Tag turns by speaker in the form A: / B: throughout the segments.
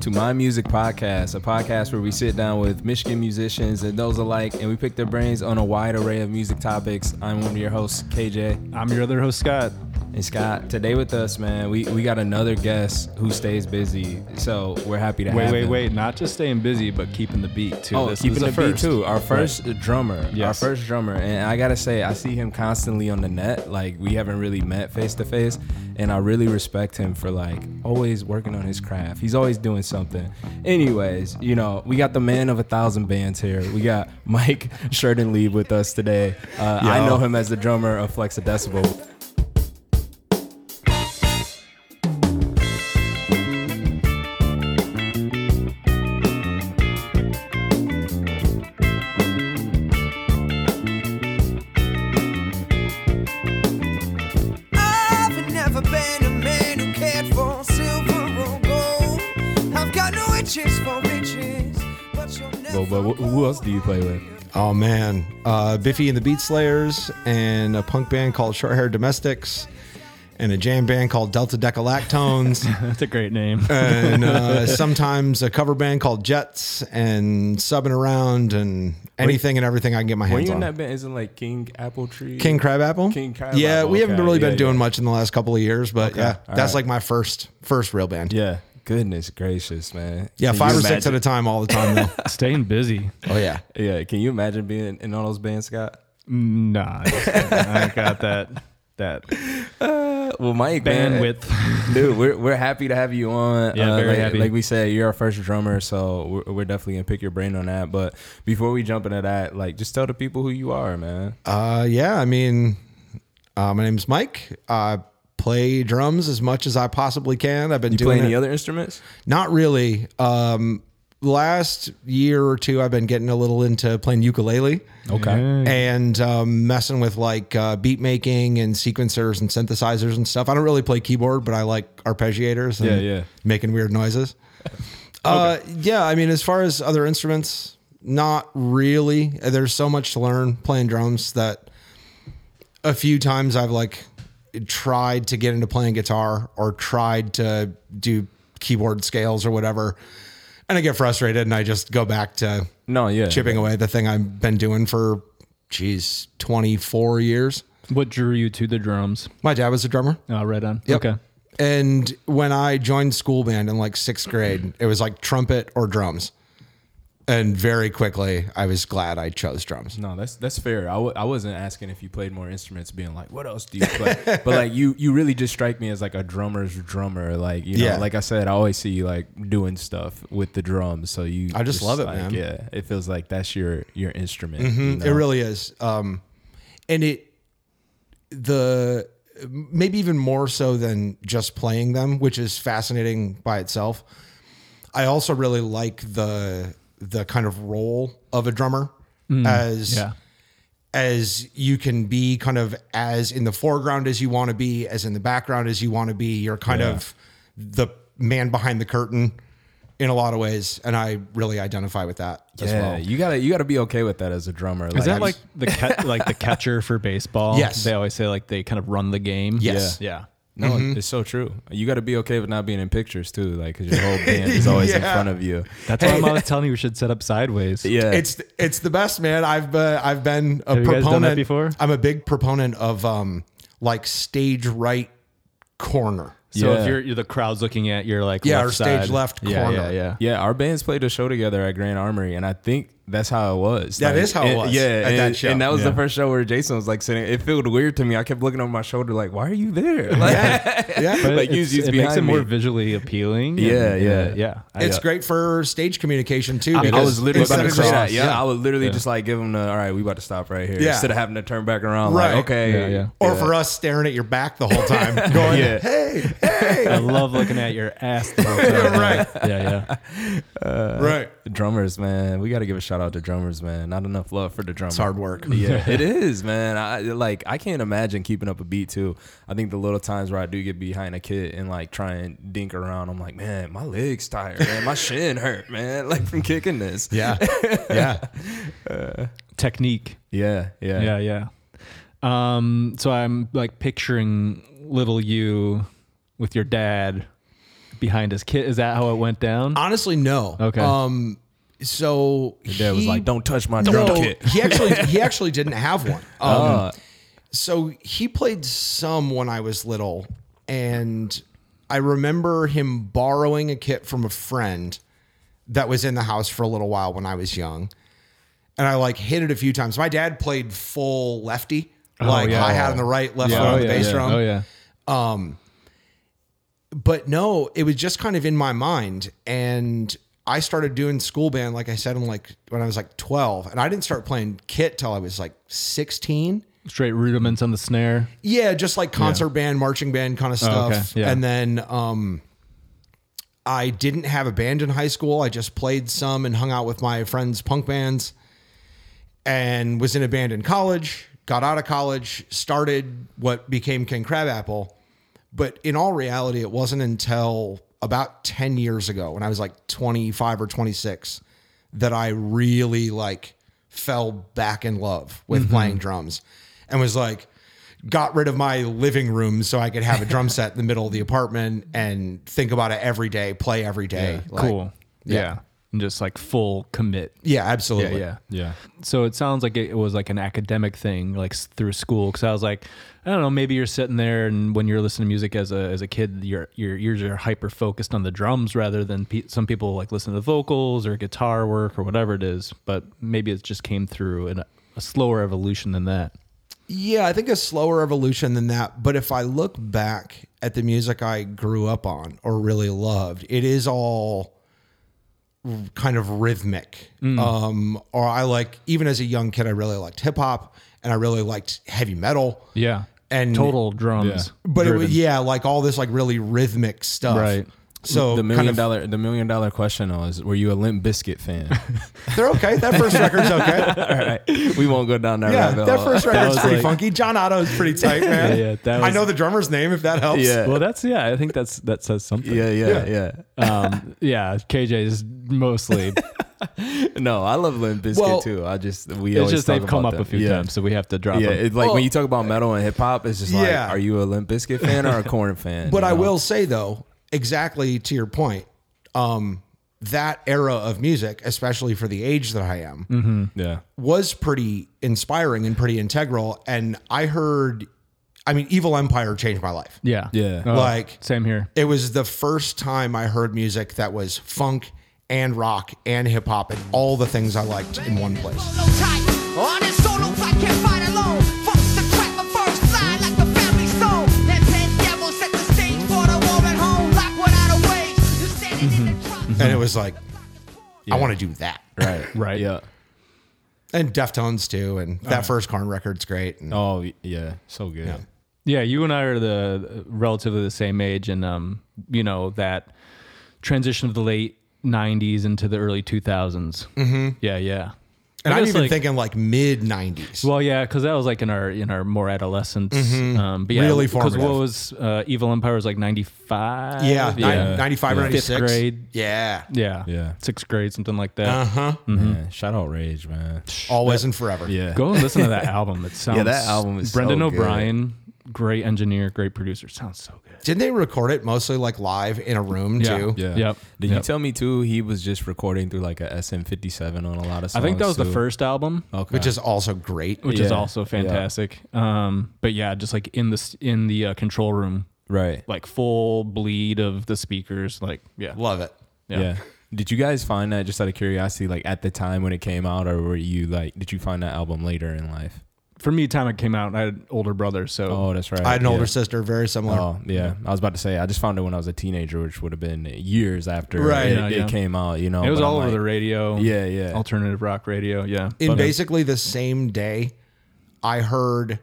A: to My Music Podcast, a podcast where we sit down with Michigan musicians and those alike, and we pick their brains on a wide array of music topics. I'm one of your hosts, KJ.
B: I'm your other host, Scott.
A: And Scott, today with us, man, we, we got another guest who stays busy. So we're happy to
B: Wait,
A: have
B: wait,
A: him.
B: wait! Not just staying busy, but keeping the beat too.
A: Oh,
B: This
A: keeping
B: is
A: the
B: a
A: beat
B: first.
A: too. Our first drummer,
B: Yes.
A: our first drummer, and I gotta say, I see him constantly on the net. Like we haven't really met face to face, and I really respect him for like always working on his craft. He's always doing something. Anyways, you know, we got the man of a thousand bands here. We got Mike Sheridan Lee with us today. Uh, I
B: Yo.
A: know him as the drummer of Flex a Decibel.
C: I've never been a man who cared for silver or gold. I've got no itches for riches, but you'll never.
A: But, but wh- who else do you play with?
D: Oh man, uh, Biffy and the Beat Slayers, and a punk band called Short Hair Domestics, and a jam band called Delta Decalactones,
B: That's a great name.
D: and uh, sometimes a cover band called Jets, and subbing around and anything and everything I can get my
A: Were
D: hands
A: you in
D: on.
A: that band? Isn't like King Apple Tree?
D: King Crabapple.
A: King Crabapple,
D: Yeah, we haven't
A: okay,
D: really been
A: yeah,
D: doing
A: yeah.
D: much in the last couple of years, but yeah,
A: all
D: that's
A: right.
D: like my first first real band.
A: Yeah. Goodness gracious, man.
D: Yeah,
A: Can
D: five
A: you
D: or
A: imagine-
D: six at a time, all the time. Though.
B: staying busy.
D: oh yeah,
A: Yeah, can you imagine being in all those bands, Scott?
B: Nah, I got that. That
A: Well, Mike, man,
B: bandwidth.
A: dude, we're, we're happy to have you on. Uh,
B: Yeah, very
A: like,
B: happy.
A: Like we said, you're our first drummer, so we're, we're definitely gonna pick your brain on that. But before we jump into that, like, just tell the people who you are, man.
D: Uh, yeah, I mean, uh, my name's Mike. I play drums as much as I possibly can. I've been
A: You
D: doing
A: play any
D: it-
A: other instruments?
D: Not really. Um, last year or two, I've been getting a little into playing ukulele
A: Okay.
D: and um, messing with like uh, beat making and sequencers and synthesizers and stuff. I don't really play keyboard, but I like arpeggiators. And
A: Yeah, yeah.
D: Making weird noises. uh, yeah, I mean, as far as other instruments, not really. There's so much to learn playing drums that a few times I've like tried to get into playing guitar or tried to do keyboard scales or whatever. And I get frustrated and I just go back to
A: No, yeah.
D: chipping away at the thing I've been doing for, geez, 24 years.
B: What drew you to the drums?
D: My dad was a drummer.
B: Oh, right on. Okay.
D: And when I joined school band in like sixth grade, it was like trumpet or drums. And very quickly, I was glad I chose drums.
A: No, that's that's fair. I w- I wasn't asking if you played more instruments, being like, what else do you play? but like you you really just strike me as like a drummer's drummer. Like you know,
D: Yeah.
A: like I said, I always see you like doing stuff with the drums. So you,
D: I just love it,
A: like,
D: man. Mm-hmm.
A: Yeah, it feels like that's your your instrument. you know?
D: It really is. Um, and it, the, maybe even more so than just playing them, which is fascinating by itself. I also really like the, the kind of role of a drummer
A: Mm,
D: as
B: Yeah.
D: as you can be kind of as in the foreground as you want to be, as in the background as you want to be. You're kind of the man behind the curtain in a lot of ways. And I really identify with that as
A: Yeah,
D: well.
A: you gotta you gotta be okay with that as a drummer.
B: Is that like the ca- like the catcher for baseball?
D: Yes.
B: They always say like they kind of run the game.
D: Yes.
B: Yeah.
A: no?
D: Mm-hmm.
A: It's so true. You gotta be okay with not being in pictures too, like because your whole band is always in
D: Yeah.
A: front of you.
B: That's why I'm always telling you we should set up sideways.
A: Yeah,
D: It's it's the best, man. I've uh, I've been a
B: Have you guys
D: proponent
B: done that before?
D: I'm a big proponent of um like stage right corner.
B: So
A: Yeah.
B: if you're, you're the crowd's looking at, you're like
D: Yeah,
B: left
D: or stage
B: side.
D: left
B: Yeah,
D: corner.
B: Yeah, yeah.
A: Yeah, our bands played a show together at Grand Armory, and I think that's how it was. That
D: That
A: is
D: is how it was
A: Yeah,
D: at
A: and,
D: that show.
A: and that was the
B: Yeah.
A: first show where Jason was like sitting. It felt weird to me. I kept looking over my shoulder, like, "Why are you there?" Like,
D: Yeah.
B: But
A: Like,
B: it's-
A: use- use
B: it makes it
A: behind
B: more
A: me.
B: visually appealing. and-
A: Yeah, yeah.
B: yeah, yeah. I- uh,
D: It's great for stage communication too.
A: I was literally
D: instead
A: about to
D: of
A: say
D: just-
A: that. Yeah, I would literally just like give him the. All right, we about to stop right here.
D: Yeah.
A: Instead of having to turn back around,
D: Right.
A: like, okay,
B: Yeah, yeah.
D: Or for us staring at your back the whole time, going,
A: Yeah.
D: "Hey, hey!"
B: I love looking at your ass. the whole time.
D: Right.
B: Yeah, yeah.
A: Uh,
D: right.
A: drummers, man, we got to give a shout out to drummers, man. Not enough love for the drummers.
D: It's hard work.
A: yeah, it is, man. I like I can't imagine keeping up a beat too. I think the little times where I do get behind a kid and like try and dink around, I'm like, man, my legs tired, man, my shin hurt, man, like from kicking this.
D: Yeah. Yeah.
B: Technique.
A: yeah, yeah.
B: Yeah, yeah. Um, so I'm like picturing little you with your dad
E: behind his kid. Is that how it went down?
D: Honestly, no.
E: Okay.
D: Um, so
A: Your dad was
D: he-
A: like, "Don't touch my
D: No,
A: drum kit."
D: he actually he actually didn't have one. Um,
A: Uh,
D: so he played some when I was little, and I remember him borrowing a kit from a friend that was in the house for a little while when I was young. And I like hit it a few times. My dad played full lefty, like
E: Oh, yeah.
D: hi hat on the right, left
E: Yeah.
D: foot on
E: Oh,
D: the
E: yeah,
D: bass
E: yeah.
D: drum
E: Oh yeah.
D: but no, it was just kind of in my mind. And I started doing school band, like I said, I'm like when I was like 12. And I didn't start playing kit till I was like 16.
E: Straight rudiments on the snare.
D: Yeah, just like concert band, marching band kind of stuff.
E: Oh, okay. Yeah.
D: And then um I didn't have a band in high school. I just played some and hung out with my friends' punk bands and was in a band in college, got out of college, started what became King Crabapple. But in all reality, it wasn't until about 10 years ago when I was like 25 or 26 that I really like fell back in love
E: Mm-hmm.
D: with playing drums and was like, got rid of my living room so I could have a drum set in the middle of the apartment and think about it every day, play every day. Like,
E: cool. Yeah. And just like full commit.
D: Yeah,
E: Yeah.
D: absolutely.
E: Yeah.
A: yeah.
E: So it sounds like it was like an academic thing, like s- through school. Because I was like, I don't know, maybe you're sitting there, and when you're listening to music as a as a kid, your your ears are hyper focused on the drums rather than pe- some people like listen to the vocals or guitar work or whatever it is. But maybe it just came through in a, a slower evolution than that.
D: Yeah, I think a slower evolution than that. But if I look back at the music I grew up on or really loved, it is all kind of rhythmic.
E: Mm.
D: Um, or I like, even as a young kid, I really liked hip hop and I really liked heavy metal.
E: Yeah.
D: And
E: Total drums.
D: But it
E: driven.
D: was, yeah, like all this like really rhythmic stuff.
E: Right.
D: So
A: the
D: kind
A: million
D: of,
A: dollar the million dollar question was, were you a Limp Biscuit fan?
D: they're okay. That first record's okay.
A: All right, we won't go down that
D: Yeah,
A: rabbit
D: that
A: hole.
D: first record's
E: was
D: pretty
E: like-
D: funky. John Otto's pretty tight, man.
E: Yeah, yeah, that
D: I
E: was-
D: know the drummer's name if that helps.
A: Yeah.
E: Well, that's yeah. I think that's that says something.
A: yeah, yeah, yeah,
E: Um, yeah. KJ's mostly.
A: No, I love Limp Bizkit
D: Well,
A: too. I just we
E: it's
A: always
E: just
A: talk
E: they've come
A: about
E: up
A: them.
E: a few
A: yeah.
E: times, so we have to drop.
A: Yeah,
E: them.
A: it's like
D: Well-
A: when you talk about metal and hip hop, it's just like,
D: Oh. Yeah.
A: are you a Limp Bizkit fan or a Corn fan?
D: But
A: you
D: I
A: know?
D: will say though, exactly to your point, um, that era of music, especially for the age that I am,
E: Mm-hmm.
A: Yeah,
D: was pretty inspiring and pretty integral. And I heard, I mean, Evil Empire changed my life.
E: Yeah. Uh,
A: Yeah.
D: Like-
E: same here.
D: It was the first time I heard music that was funk and rock and hip hop and all the things I liked in one place.
C: Solo type, on his solo flight, can't fight alone. Fucks the trap, but first fly like the family stone. That ten devil set the stage for the war at home. Lock without a wage. You standing in the drop.
D: And it was like, I want to do that.
A: right,
E: Right.
A: yeah.
D: And Deftones too. And
E: Uh-huh.
D: that first Corn record's great. And
A: Oh y- yeah, so good. Yeah,
E: Yeah, you and I are the relatively the same age, and um, you know that transition of the late '90s into the early 2000s. Mm-hmm. Yeah, yeah.
D: and
E: I
D: I'm
E: guess,
D: even
E: like-
D: thinking like mid 90s.
E: Well, yeah, because that was like in our in our more adolescence. Um, but yeah,
D: Really
E: Because what
D: formative.
E: was uh, Evil Empire was like '95.
D: Yeah, nine-
E: yeah.
D: 95 or
E: Yeah. Fifth
D: 96.
E: grade.
D: Yeah.
E: Yeah.
A: Yeah.
E: Sixth grade, something like that.
A: Man, shout out Rage, man.
D: Always and forever.
A: Mm-hmm. Yeah,
E: Go and listen to that album. It sounds.
A: that album is so
E: Brendan
A: good.
E: O'Brien, great engineer, great producer. Sounds so good.
D: Didn't they record it mostly like live in a room
E: Yeah.
D: too?
A: yeah.
E: Yep.
A: Did you
E: Yep.
A: tell me too? He was just recording through like a SM57 on a lot of.
E: I
A: Songs
E: think that was the
A: too.
E: first album.
A: Okay.
D: Which is also great.
E: which is
A: Yeah,
E: also
A: yeah.
E: fantastic. Um, but yeah, just like in the s- in the uh, control room,
A: right.
E: like full bleed of the speakers, like yeah,
D: Love it.
A: Yeah. Did you guys find that just out of curiosity, like at the time when it came out, or were you like, did you find that album later in life?
E: For me, time it came out, I had an older brother, so
A: Oh, that's right.
D: I had an
A: yeah.
D: older sister, very similar.
A: Oh, yeah. I was about to say, I just found it when I was a teenager, which would have been years after
D: Right.
A: it,
E: Yeah,
A: it
E: yeah.
A: came out, you know.
E: it was
A: but
E: all
A: I'm
E: over the
A: like,
E: radio.
A: Yeah, yeah.
E: alternative rock radio. Yeah,
D: in
E: But, uh,
D: basically the same day, I heard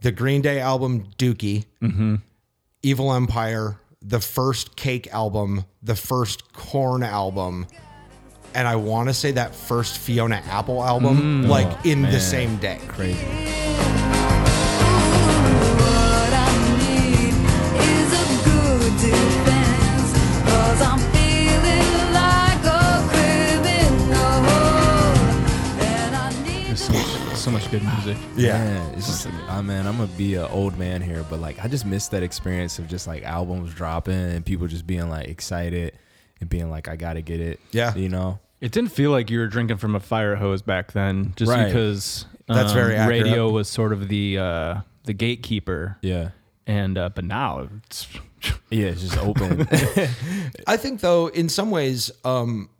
D: the Green Day album Dookie, Evil Empire, the first Cake album, the first Corn album, and I want to say that first Fiona Apple album, like in the same day.
A: Crazy.
F: What I need is a good defense, 'cause I'm feeling like a criminal, and I need.
E: so, so much good music.
D: Yeah.
A: Man, it's just like, I man, I'm gonna be an old man here, but like I just miss that experience of just like albums dropping and people just being like excited and being like, I gotta get it.
D: Yeah.
A: You know?
E: It didn't feel like you were drinking from a fire hose back then, just
A: Right.
E: because um,
D: That's very accurate.
E: radio was sort of the uh, the gatekeeper.
A: Yeah.
E: And uh, but now it's
A: Yeah, it's just open.
D: I think though, in some ways, um,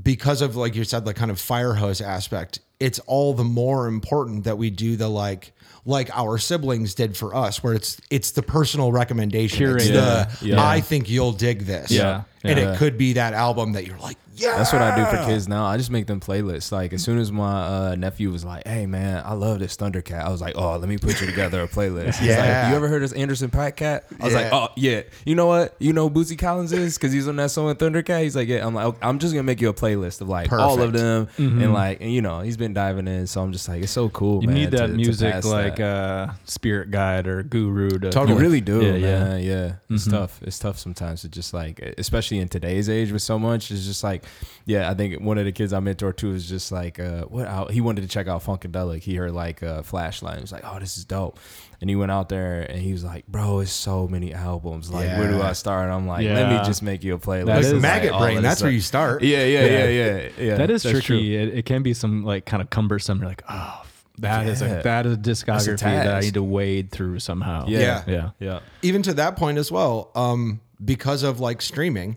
D: because of like you said, the kind of fire hose aspect, it's all the more important that we do the like like our siblings did for us, where it's it's the personal recommendation. It's the
E: Curated. Yeah.
D: I think you'll dig this.
E: Yeah.
D: And
E: Yeah.
D: it could be that album that you're like, yeah.
A: That's what I do for kids now. I just make them playlists. Like as soon as my uh, nephew was like, "Hey man, I love this Thundercat," I was like, "Oh, let me put you together a playlist." He's
D: Yeah.
A: like, you ever heard of this Anderson Paak Cat? I was like,
D: Yeah.
A: "Oh yeah." You know what? You know who Bootsy Collins is because he's on that song with Thundercat. He's like, "Yeah." I'm like, "Okay, "I'm just gonna make you a playlist of like all of
D: Perfect.
A: them," and like, and you know, he's been diving in, so I'm just like, "It's so cool."
E: Mm-hmm. you
A: man,
E: need
A: to-
E: that
A: to
E: music
A: pass
E: like
A: that.
E: uh, spirit guide or guru to
A: You really do,
E: Yeah,
A: yeah,
E: yeah. Mm-hmm.
A: man. Yeah, it's tough. It's tough sometimes to just like, e, especially in today's age with so much. It's just like, yeah. I think one of the kids I mentor too is just like, uh, what? Out, he wanted to check out Funkadelic. He heard like uh, Flashlight. He was like, oh, this is dope. And he went out there and he was like, bro, it's so many albums. Like, where do
D: Yeah.
A: I start? And I'm like, let
E: Yeah.
A: me just make you a playlist.
E: That
A: It's
E: is-
A: like
D: Maggot
A: all
D: brain.
A: of
D: That's
A: this
D: where you
A: stuff.
D: start.
A: Yeah, yeah, yeah, yeah, yeah.
E: that is
A: That's true.
E: tricky. It, it can be some like kind of cumbersome. You're like, oh, f- that is
A: Yeah.
E: a that is a discography that I
A: task.
E: need to wade through somehow.
A: Yeah.
E: yeah,
A: Yeah.
D: even to that point as well, um, because of like streaming,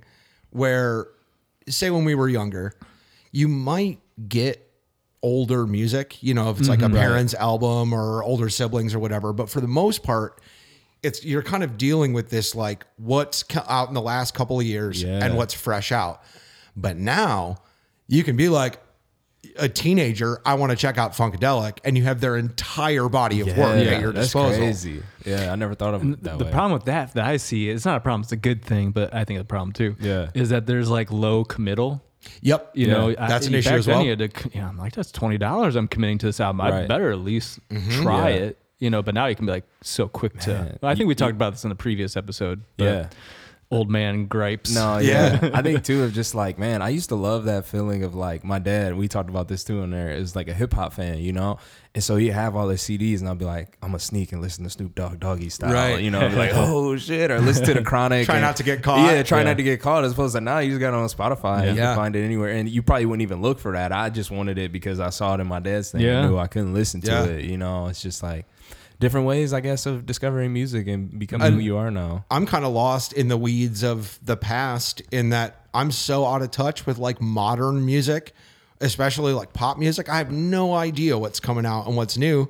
D: where say when we were younger, you might get older music, you know, if it's
A: Mm-hmm.
D: like a parent's album or older siblings or whatever. But for the most part, it's you're kind of dealing with this like what's co- out in the last couple of years
A: Yeah.
D: and what's fresh out. But now you can be like a teenager, I want to check out Funkadelic, and you have their entire body of work
A: yeah,
D: at your
A: that's
D: disposal.
A: crazy. Yeah, I never thought of it that
E: the
A: way.
E: problem with that that I see it's not a problem. It's a good thing, but I think the problem too.
A: Yeah.
E: is that there's like low committal.
D: Yep.
E: You know, I-
D: that's an
E: back
D: issue as
E: then
D: well.
E: you had to c- you know, I'm like, that's twenty dollars. I'm committing to this album. I
A: Right. Mm-hmm.
E: better at least try
A: Yeah.
E: it. You know, but now you can be like so quick to.
A: Man,
E: I think we talked about this in the previous episode. but
A: Yeah.
E: old man gripes.
A: No,
D: Yeah.
A: yeah. I think too of just like, man, I used to love that feeling of like my dad, we talked about this too in there, is like a hip hop fan, you know? And so he'd have all his CDs and I'd be like, I'm gonna sneak and listen to Snoop Dogg doggy style.
D: Right.
A: You know, I'd be like, oh shit, or listen to the chronic.
D: Try
A: and-
D: not to get caught.
A: Yeah, try not to get caught as opposed to now you just got it on Spotify and you
D: Yeah.
A: can find it anywhere. And you probably wouldn't even look for that. I just wanted it because I saw it in my dad's thing.
E: Yeah.
A: I knew I couldn't listen to
D: Yeah.
A: it. You know, it's just like different ways, I guess, of discovering music and becoming who you are now.
D: I'm kind of lost in the weeds of the past in that I'm so out of touch with like modern music, especially like pop music. I have no idea what's coming out and what's new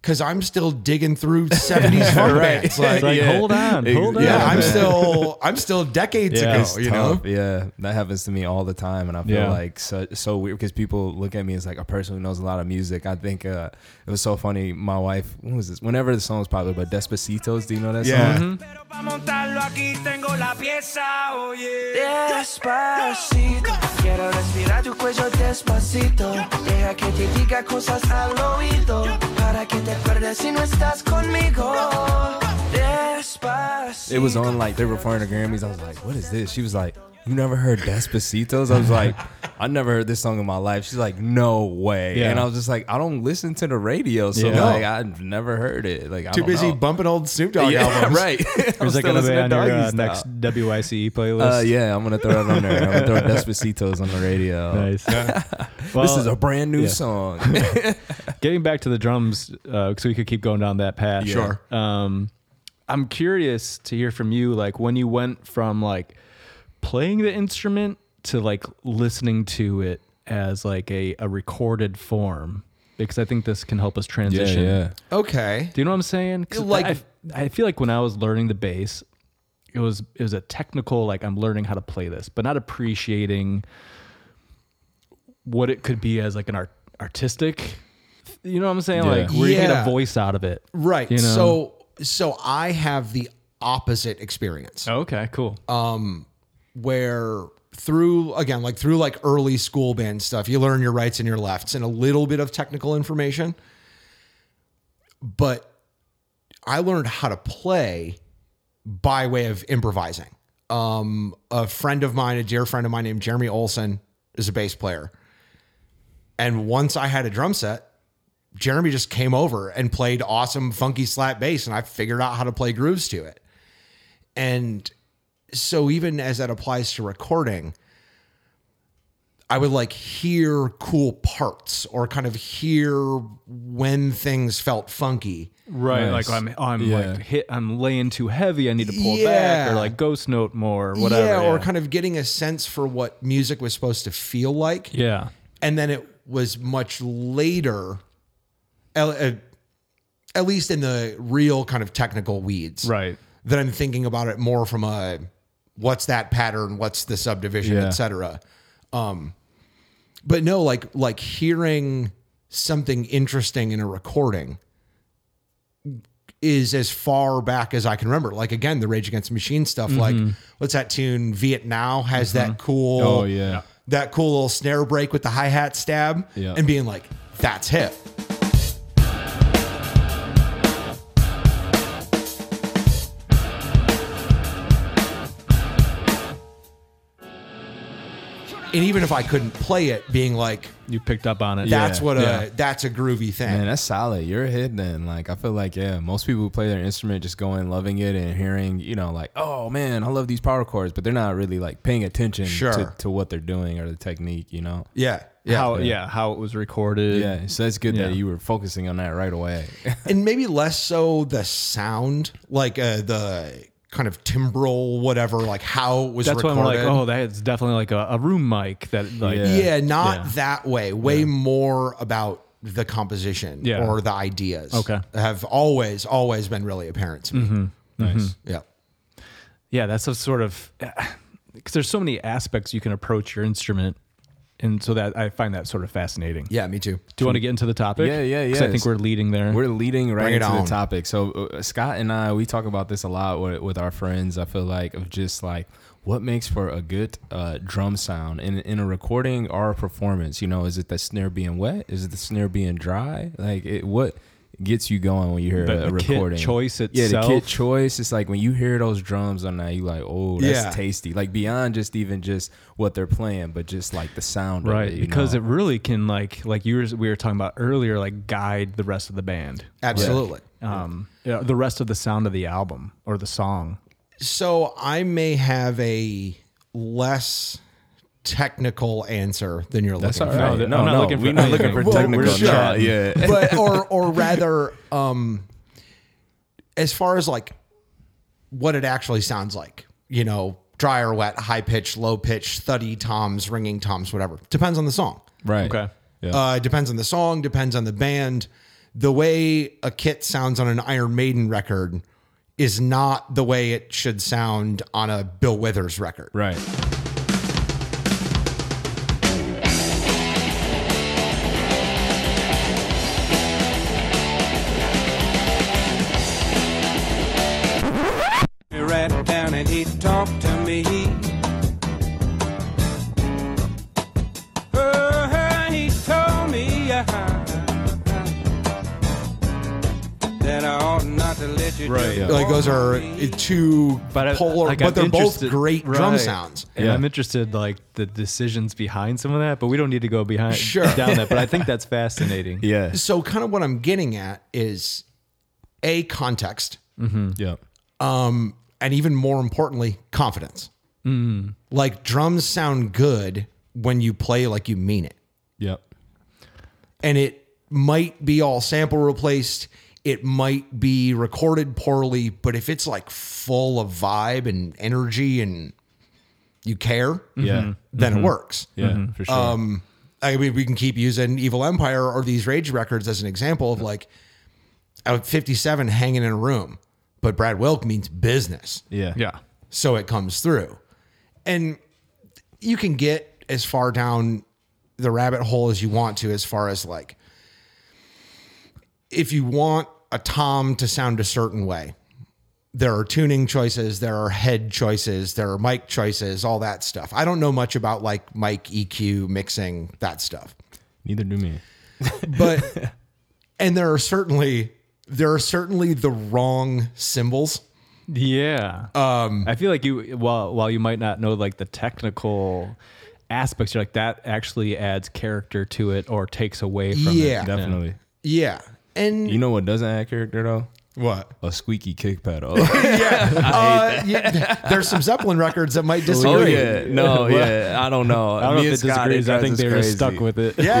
D: because I'm still digging through 70s funk bands. Like,
E: It's like,
A: Yeah.
E: hold on, hold on.
D: yeah, I'm
A: man.
D: still I'm still decades
E: Yeah.
D: ago, you know.
A: tough. Yeah, that happens to me all the time, and I feel
E: Yeah.
A: like so, so weird because people look at me as like a person who knows a lot of music. I think uh, it was so funny. My wife, when was this? Whenever the song was popular, but Despacitos, do you know that
D: Yeah. Mm-hmm.
A: song?
G: Pero pa' montarlo aquí tengo la pieza, oye.
H: Despacito, quiero respirar tu cuello despacito. Deja que te diga cosas al oído para que te acuerdes si no estás conmigo. Despacito.
A: It was on like they were referring to Grammys. I was like, what is this? She was like, you never heard Despacitos? I was like, I never heard this song in my life. She's like, no way.
E: Yeah.
A: And I was just like, I don't listen to the radio, so
E: Yeah.
A: like I've never heard it. Like I
D: Too
A: don't
D: busy
A: know.
D: bumping old Snoop Dogg albums.
A: right. I'm
E: Is that
A: still
E: going to be
A: listening to
E: on your
A: Doggy
E: uh,
A: Style.
E: next WICE E playlist?
A: Uh, yeah, I'm gonna throw it on there. I'm gonna throw Despacitos on the radio.
E: Nice.
A: This is a brand new
E: yeah.
A: song.
E: getting back to the drums, uh, so we could keep going down that path.
D: Yeah. Sure.
E: Um, I'm curious to hear from you, like when you went from like playing the instrument to like listening to it as like a, a recorded form, because I think this can help us transition.
D: Okay.
E: Do you know what I'm saying? 'Cause
D: Like-
E: I, I feel like when I was learning the bass, it was it was a technical like I'm learning how to play this, but not appreciating what it could be as like an art, artistic. You know what I'm saying? Like where you get
D: Yeah.
E: a voice out of it,
D: Right.
E: You know?
D: So so I have the opposite experience.
E: Oh, okay, cool.
D: Um, where through again like through like early school band stuff you learn your rights and your lefts and a little bit of technical information but i learned how to play by way of improvising um a friend of mine a dear friend of mine named jeremy olson is a bass player and once i had a drum set Jeremy just came over and played awesome funky slap bass, and I figured out how to play grooves to it. And so even as that applies to recording, I would like hear cool parts or kind of hear when things felt funky.
E: Right,
A: Nice.
E: like I'm, I'm
A: Yeah.
E: like hit, I'm laying too heavy. I need to pull back,
D: Yeah.
E: or like ghost note more, or whatever.
D: yeah, or kind of getting a sense for what music was supposed to feel like.
E: yeah,
D: and then it was much later el- uh, at least in the real kind of technical weeds
E: right.
D: that i'm thinking about it more from a what's that pattern what's the subdivision
A: Yeah.
D: etc um but no like like hearing something interesting in a recording is as far back as I can remember. Like again, the Rage Against the Machine stuff. Like what's that tune? Viet Now has that cool
A: Mm-hmm. Oh, yeah.
D: that cool little snare break with the hi hat stab
A: Yeah.
D: and being like, that's hip. And even if I couldn't play it, being like,
E: You picked up on it.
D: that's
A: Yeah,
D: what a
E: yeah.
D: that's a groovy thing.
A: Man, that's solid. You're a hit then. Like I feel like yeah, most people who play their instrument just go in loving it and hearing, you know, like, oh man, I love these power chords, but they're not really like paying attention to,
D: Sure.
A: to what they're doing or the technique, you know.
D: yeah. Yeah.
E: how yeah. how it was recorded.
A: Yeah. So that's good that
E: Yeah.
A: you were focusing on that right away.
D: and maybe less so the sound, like uh, the kind of timbral, whatever, like how it was
E: that's why I'm
D: recorded.
E: like, oh, that's definitely like a, a room mic that like
A: Yeah.
D: yeah, not
E: Yeah.
D: that way. Way more about the composition
E: Yeah.
D: or the ideas.
E: Okay. Mm-hmm.
D: have always always been really apparent to me.
A: nice.
D: Yeah.
E: yeah that's a sort of because there's so many aspects you can approach your instrument and so that i find that sort of fascinating
D: Yeah, me too.
E: do you want to get into the topic
A: Yeah, yeah,
E: 'Cause
A: yeah.
E: i think we're leading there
A: We're leading right
D: Bring it
A: into
D: on.
A: the topic. So uh, Scott and I, we talk about this a lot with, with our friends. I feel like of just like what makes for a good uh, drum sound in in a recording or a performance. You know, is it the snare being wet? Is it the snare being dry? Like it, what gets you going when you hear
E: The-
A: a
E: the kit
A: recording?
E: choice
A: Yeah, the
E: itself.
A: kit choice. It's like when you hear those drums on that, you like, oh, that's
D: Yeah.
A: tasty. Like beyond just even just what they're playing, but just like the sound, of
E: right
A: it, you
E: because
A: know?
E: it really can like like you were, we were talking about earlier like guide the rest of the band
D: Absolutely.
E: um yeah, the rest of the sound of the album or the song
D: So I may have a less technical answer than you're
A: That's all
D: looking for.
A: right.
E: No,
A: No,
E: I'm
A: no,
E: not looking for
A: we're not looking
E: anything.
A: for
E: Whoa,
A: technical.
E: we're
A: no,
E: chatting.
A: yeah.
D: but or or rather um as far as like what it actually sounds like you know dry or wet high pitch low pitch thuddy toms ringing toms whatever depends on the song
A: Right.
E: Okay.
A: Yeah.
D: uh depends on the song depends on the band the way a kit sounds on an iron maiden record is not the way it should sound on a bill withers record
A: right.
G: He ran down and he talked to me. Uh, and he told me uh, that I ought not to let you
E: Right,
G: do
E: yeah.
G: it.
D: like those are uh, two
E: But I-
D: polar
E: like,
D: but
E: I'm
D: they're both
E: interested-
D: great drum
E: right.
D: sounds
E: And
A: Yeah.
E: I'm interested, like the decisions behind some of that, but we don't need to go behind
D: Sure.
E: down that. But I think that's fascinating.
A: Yeah.
D: so kind of what I'm getting at is a context,
E: Mm-hmm.
A: Yeah.
D: and even more importantly, confidence.
E: Hmm.
D: Like drums sound good when you play like you mean it,
A: Yep.
D: and it might be all sample replaced. It might be recorded poorly, but if it's like full of vibe and energy and you care,
E: Mm-hmm.
A: Yeah. Mm-hmm.
D: then it works.
A: Yeah. For sure.
D: I mean, we can keep using Evil Empire or these Rage records as an example of like out 57 hanging in a room, but Brad Wilk means business.
A: yeah.
E: Yeah.
D: So it comes through. And you can get as far down the rabbit hole as you want to, as far as like, if you want a tom to sound a certain way, there are tuning choices, there are head choices, there are mic choices, all that stuff. I don't know much about like mic EQ mixing that stuff
A: Neither do me.
D: but and there are certainly there are certainly the wrong symbols
E: Yeah. Um, I feel like you, while while you might not know like the technical aspects, you're like that actually adds character to it or takes away from it.
D: Yeah.
A: Definitely.
D: Yeah. And
A: You know what doesn't add character though?
D: what?
A: A squeaky kick pedal. Oh,
D: Uh, yeah, there's some Zeppelin records that might disagree.
A: oh yeah, no, yeah. I don't know.
E: I don't know if it disagrees. I think they were stuck with it.
D: Yeah,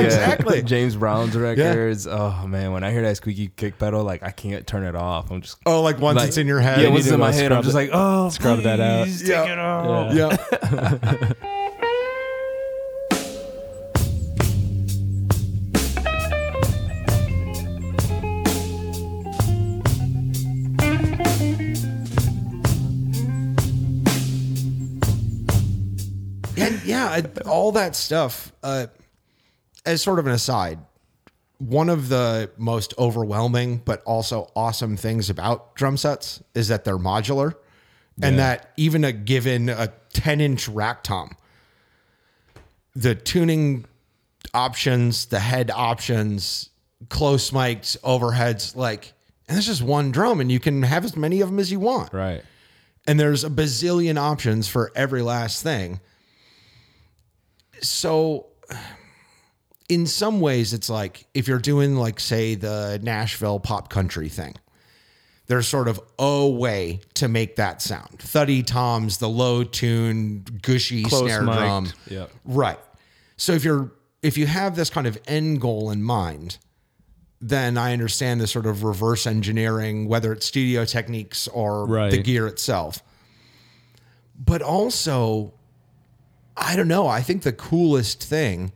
D: exactly.
A: James Brown's records. Oh man, when I hear that squeaky kick pedal, like I can't turn it off. I'm just
D: Oh, like once
A: Like-
D: it's in your head.
A: yeah,
E: we
A: once it's
E: do
A: in my
E: wanna
A: head, I'm
E: scrub
A: just
E: it-
A: like oh,
E: scrub that out.
A: please,
D: Yeah.
A: Take it off.
D: yeah. and yeah, I- all that stuff. Uh, as sort of an aside, one of the most overwhelming but also awesome things about drum sets is that they're modular, and that even a given a ten-inch rack tom, the tuning options, the head options, close mics, overheads, like, and that's just one drum, and you can have as many of them as you want
A: Right.
D: and there's a bazillion options for every last thing. So, in some ways, it's like if you're doing, like, say, the Nashville pop country thing, there's sort of a way to make that sound. Thuddy toms, the low tune, gushy snare
E: mic'd.
D: drum.
A: Yep.
D: Right. So if you're if you have this kind of end goal in mind, then I understand the sort of reverse engineering, whether it's studio techniques or the
E: Right.
D: gear itself. But also, I don't know. I think the coolest thing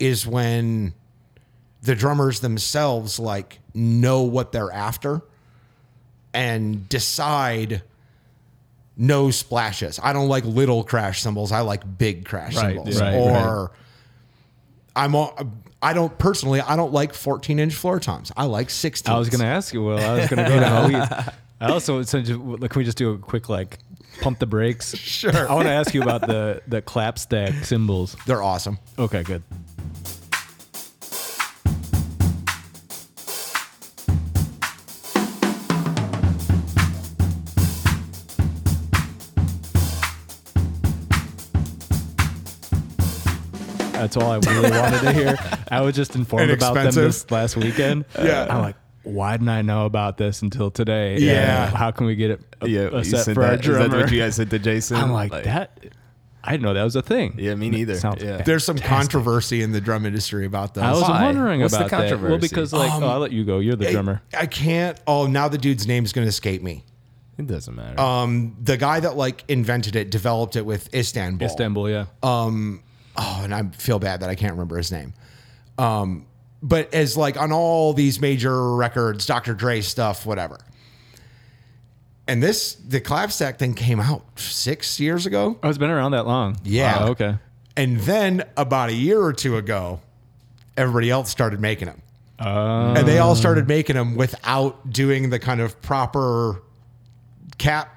D: is when the drummers themselves like know what they're after and decide no splashes. I don't like little crash cymbals. I like big crash
E: Right,
D: cymbals.
E: right,
D: or I'm all, I don't personally I don't like 14 inch floor toms. I like 16.
E: I was going to ask you. Well, I was going to go down. We- I also so just, like, can we just do a quick like pump the brakes?
D: Sure.
E: I want to ask you about the the clap stack cymbals.
D: They're awesome.
E: Okay, good. That's all I really wanted to hear. I was just informed about them
D: Inexpensive.
E: this last weekend.
D: Yeah.
E: I'm like, why didn't I know about this until today?
D: Yeah.
E: And how can we get it a,
A: Yeah.
E: a
A: you
E: set
A: said
E: for our
A: that. Is that
E: drummer?
A: what you guys said to Jason?
E: I'm like, that. I didn't know that was a thing.
A: Yeah, me neither.
E: Sounds
A: Yeah.
E: bad.
D: There's some controversy in the drum industry about those.
E: I was
A: Why?
E: wondering
A: What's the
E: about that. Well,
A: controversy?
E: because like,
D: Um,
E: oh, I'll let you go. You're the drummer.
D: I can't. Oh, now the dude's name's going to escape me. Um,
A: it doesn't matter.
D: The guy that like invented it, developed it with Istanbul.
E: Istanbul, yeah.
D: Uh, Oh, and I feel bad that I can't remember his name. Um, but as like on all these major records, Dr. Dre stuff, whatever. And this, the Clapstack thing came out six years ago.
E: oh, it's been around that long.
D: Yeah.
E: Wow, okay.
D: And then about a year or two ago, everybody else started making them.
E: Uh,
D: and they all started making them without doing the kind of proper cap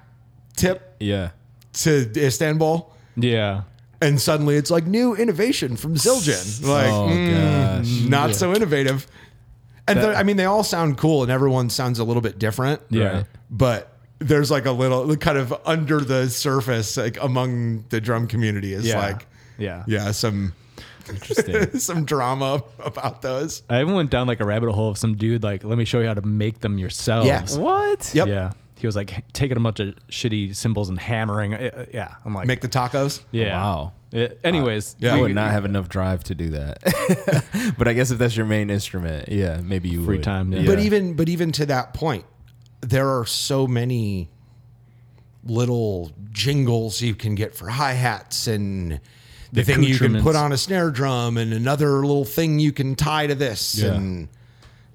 D: tip
A: yeah.
D: to Istanbul.
E: yeah.
D: And suddenly it's like new innovation from Zildjian. Like, mm,
A: oh gosh.
D: not so innovative. And they're- I mean, they all sound cool, and everyone sounds a little bit different.
E: Yeah. Right.
D: but there's like a little kind of under the surface, like among the drum community, is
E: Yeah.
D: like,
E: yeah.
D: yeah, some
A: Interesting.
D: some drama about those.
E: I even went down like a rabbit hole of some dude like, let me show you how to make them yourselves.
D: Yes.
E: What?
D: Yep.
E: Yeah. He was like taking a bunch of shitty symbols and hammering. it- uh, Yeah. I'm like,
D: Make the tacos.
E: yeah.
A: Wow.
E: It- anyways,
D: Yeah.
A: I
E: we-
A: would not have enough drive to do that. but I guess if that's your main instrument, yeah, maybe you
E: Free
A: would.
E: time, yeah.
D: But e- even but even to that point, there are so many little jingles you can get for hi hats and the thing you can put
E: Accoutrements.
D: on a snare drum and another little thing you can tie to this
A: Yeah.
D: and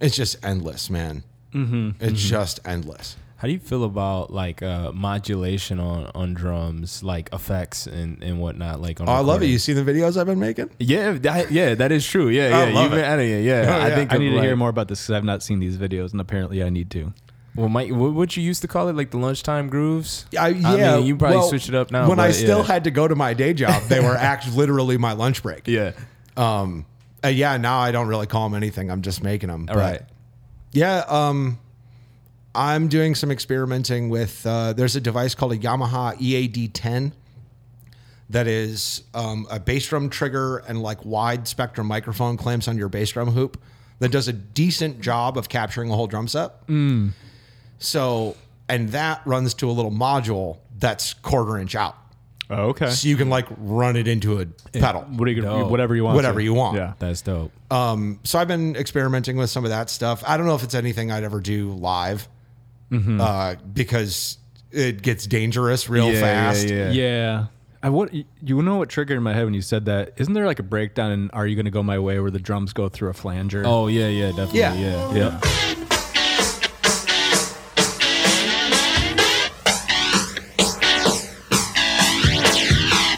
D: it's just endless, man. Mm-hmm, it's just endless.
A: How do you feel about like uh, modulation on, on drums, like effects and, and whatnot? Like on
D: Oh, I love it.
A: recording?
D: You see the videos I've been making?
A: Yeah, that, yeah, that is true. Yeah, yeah,
D: I love
A: you've been
D: it.
A: at it. Yeah,
D: Oh,
A: I
D: yeah.
A: think
E: I
A: of,
E: need to hear
A: like-
E: more about this because I've not seen these videos and apparently I need to.
A: Well, Mike, what, what you used to call it, like the lunchtime grooves?
D: I, yeah,
A: mean, you probably
D: well,
A: switch it up now.
D: When I
A: but
D: still
A: yeah.
D: had to go to my day job, they were act literally my lunch break.
A: yeah,
D: Um, uh, yeah, now I don't really call them anything. I'm just making them.
A: all right,
D: Yeah, um, I'm doing some experimenting with. Uh, there's a device called a Yamaha EAD10 that is um, a bass drum trigger and like wide spectrum microphone clamps on your bass drum hoop that does a decent job of capturing a whole drum set.
A: Mm.
D: So, and that runs to a little module that's quarter inch out.
B: Oh, okay.
D: So you can like run it into a pedal.
E: What are you gonna,
A: No.
E: whatever you want.
D: Whatever
E: to.
D: you want.
E: Yeah.
A: That's dope.
D: so I've been experimenting with some of that stuff. I don't know if it's anything I'd ever do live uh, because it gets dangerous real fast.
E: Yeah. I what you know what triggered in my head when you said that? Isn't there like a breakdown in "Are You Gonna Go My Way" where the drums go through a flanger?
A: Oh yeah, yeah, definitely.
D: Yeah.
A: Yeah, yeah.
E: yeah.
A: Well,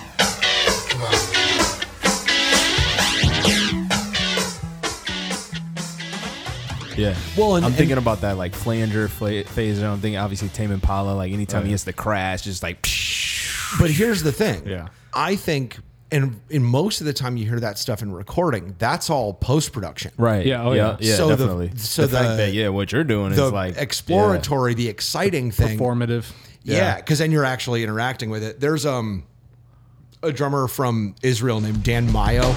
D: Well, and-
A: I'm
D: and-
A: thinking about that like flanger fla- phaser. I'm thinking obviously Tame Impala. Like anytime he hits the crash, just like
D: But here's the thing.
E: Yeah.
D: I think, and in most of the time you hear that stuff in recording, that's all post production.
A: right.
E: Yeah, oh,
A: yeah,
D: yeah.
A: yeah,
D: So the-
A: definitely.
D: so
A: the fact
D: the-
A: that yeah, what you're doing
D: The
A: is like
D: exploratory, the exciting thing.
E: Formative.
D: Yeah, because then you're actually interacting with it. There's um a drummer from Israel named Dan Mayo.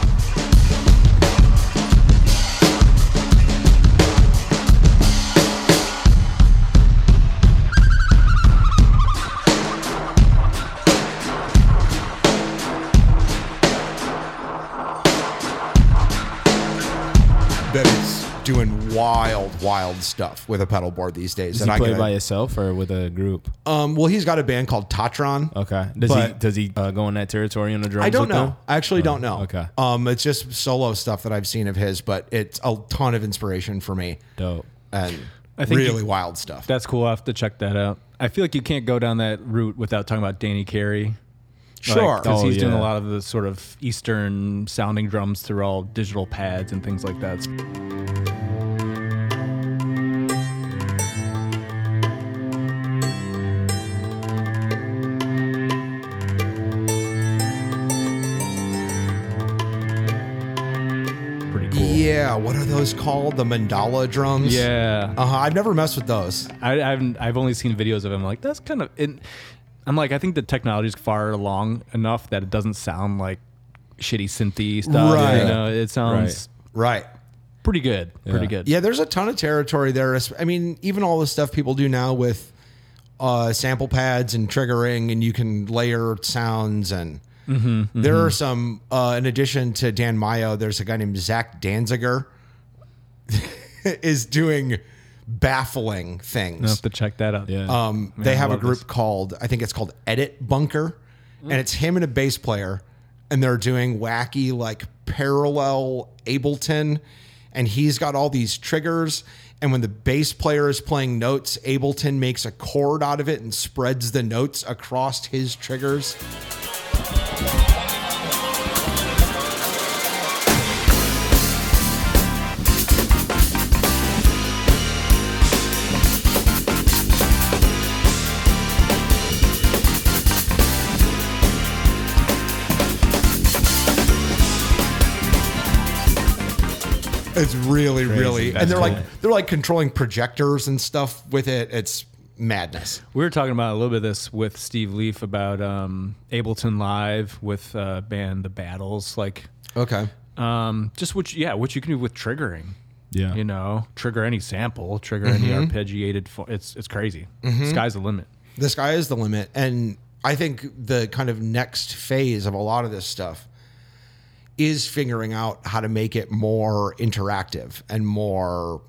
D: That is doing wild, wild stuff with a pedal board these days.
A: Does he Uh, play
D: can-
A: by himself or with a group?
D: um, well, he's got a band called Tatron.
A: Okay. Does he
D: But-
A: does he uh, go in that territory on the drums?
D: I
A: Oh,
D: don't
A: with
D: know.
A: them?
D: I actually don't know.
A: okay.
D: Um, it's just solo stuff that I've seen of his, but it's a ton of inspiration for me
A: Dope.
D: and
E: I think
D: really
E: you-
D: wild stuff.
E: That's cool. I will have to check that out. I feel like you can't go down that route without talking about Danny Carey.
D: sure.
E: Because
A: Oh,
E: he's doing
A: yeah.
E: a lot of the sort of Eastern sounding drums through all digital pads and things like that. Pretty cool.
D: yeah. What are those called? The mandala drums.
E: Yeah.
D: Uh huh. I've never messed with those.
E: I, I've I've only seen videos of him. Like that's kind of. It, I'm like I think the technology's far along enough that it doesn't sound like shitty synthy stuff.
D: Right.
E: You know, it sounds
D: Right.
E: pretty good. Pretty good.
D: Yeah. There's a ton of territory there. I mean, even all the stuff people do now with uh, sample pads and triggering, and you can layer sounds and. There are some, uh, in addition to Dan Mayo, there's a guy named Zach Danziger is doing baffling
E: I'll
D: things.
E: have to check that out.
A: Yeah.
D: Um, they have a
E: love
D: group called, I think it's called Edit Bunker, and it's him and a bass player, and they're doing wacky, like parallel Ableton, and he's got all these triggers. And when the bass player is playing notes, Ableton makes a chord out of it and spreads the notes across his triggers. It's really, really, and they're like they're like controlling projectors and stuff with it. It's madness.
E: We were talking about a little bit of this with Steve Leaf about um, Ableton Live with uh, band The Battles, like
D: Okay.
E: um, just what you, yeah, what you can do with triggering.
A: yeah.
E: You know, trigger any sample, trigger any
D: Mm-hmm.
E: arpeggiated. Fo- it's it's crazy. Sky's the limit.
D: the sky is the limit and i think the kind of next phase of a lot of this stuff is figuring out how to make it more interactive and more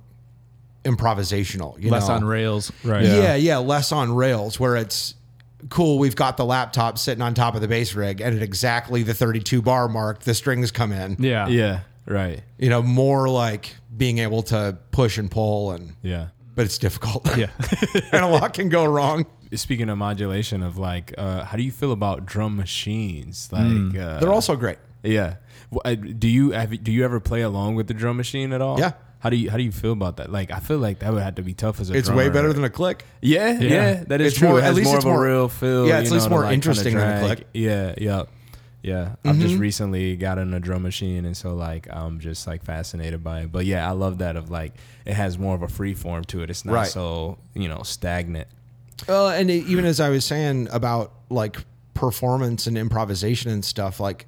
D: improvisational you
E: Less
D: know?
E: on rails.
A: right.
D: yeah. yeah less on rails where it's cool we've got the laptop sitting on top of the bass rig and at exactly the 32 bar mark the strings come in
E: Yeah.
A: Yeah. Right.
D: you know more like being able to push and pull and
A: Yeah.
D: but it's difficult
E: Yeah.
D: and a lot can go wrong
A: Speaking of modulation, of like, uh, how do you feel about drum machines? Like, uh,
D: they're also great
A: yeah. Wh- uh, Do you have, do you ever play along with the drum machine at all?
D: Yeah.
A: How do you how do you feel about that? Like, I feel like that would have to be tough as a.
D: it's way
A: drummer.
D: better than a click
A: Yeah, yeah, that is
D: It's
A: true.
D: more-
A: it
D: at
A: has
D: least
A: more
D: it's
A: of a
D: more-
A: real feel.
D: yeah, it's
A: you
D: at least
A: know,
D: more
A: to, like,
D: interesting
A: kinda
D: than a
A: drag.
D: click. Mm-hmm.
A: Yeah, yeah, yeah. I've just recently gotten a drum machine, and so like I'm just like fascinated by it. But yeah, I love that of like it has more of a free form to it. It's not
D: Right.
A: so you know stagnant.
D: Well, and it- even as I was saying about like performance and improvisation and stuff, like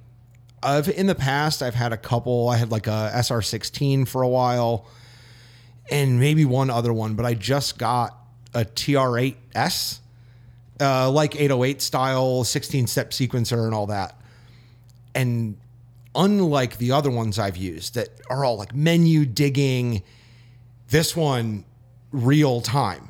D: I've in the past I've had a couple. I had like a SR16 for a while, and maybe one other one. But I just got a TR8S, uh, like 808 style 16 step sequencer and all that. And unlike the other ones I've used that are all like menu digging, this one real time.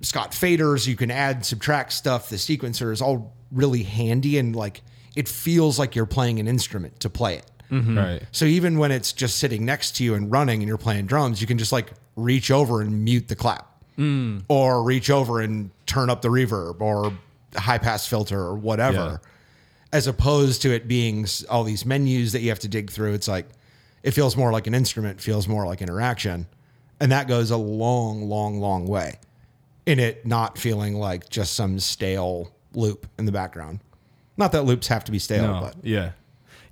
D: It's got faders, you can add, subtract stuff. The sequencer is all really handy and like it feels like you're playing an instrument to play it.
A: Right.
D: So even when it's just sitting next to you and running and you're playing drums, you can just like reach over and mute the clap or reach over and turn up the reverb or high pass filter or whatever. As opposed to it being s- all these menus that you have to dig through, it's like it feels more like an instrument, feels more like interaction. And that goes a long, long, long way in it not feeling like just some stale loop in the background. Not that loops have to be stale,
A: No,
D: but
A: yeah,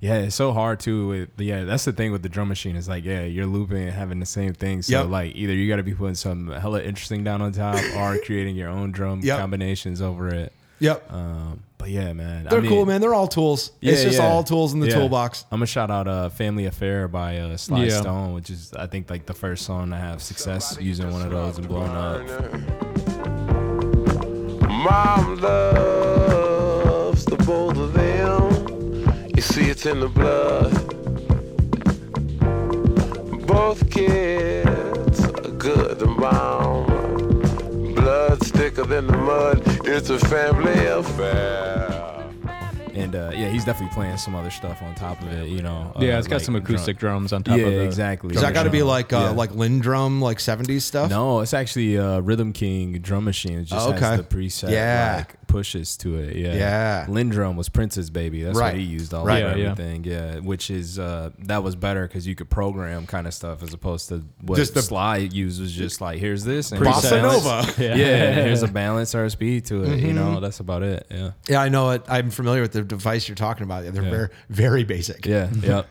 A: yeah. It's so hard too. With yeah, that's the thing with the drum machine. Is like yeah, you're looping and having the same thing. So
D: Yep.
A: like either you got to be putting some hella interesting down on top, or creating your own drum
D: Yep.
A: combinations over it.
D: yep.
A: Um, but yeah, man,
D: They're cool, man. They're all tools. it's just all tools in the toolbox.
A: I'm gonna shout out uh, "Family Affair" by uh, Sly
E: Yeah.
A: Stone, which is I think like the first song to have success using one of those and blowing up.
I: Mom loves the both of them. You see, it's in the blood. Both kids are good to mom. Blood's thicker than the mud. It's a family affair.
A: And uh, yeah, he's definitely playing some other stuff on top of it. You know, uh,
E: yeah, it's got
A: like
E: some acoustic
A: drum.
E: drums on top
A: yeah,
E: of it.
A: exactly.
D: Does that got to be
A: Yeah.
D: like uh,
A: Yeah.
D: like Lindrum, like '70s stuff?
A: No, it's actually uh, Rhythm King drum machine. It just
D: Oh, okay.
A: has the preset
D: Yeah.
A: like, pushes to it. Yeah.
D: Yeah.
A: Lindrum was Prince's baby. That's
D: Right.
A: what he used all
D: Right.
A: over
E: Yeah, yeah.
A: everything. Yeah. Which is uh, that was better because you could program kind of stuff as opposed to what just
D: Just the-
A: the Sly used was just like here's this and
D: Bossa
A: here's a balance.
D: Nova. Mm-hmm.
A: Yeah. Here's a balance or a speed to it. You know, that's about it. Yeah.
D: Yeah, I know it. I'm familiar with the device you're talking about. They're very, very basic.
A: Yeah. yeah.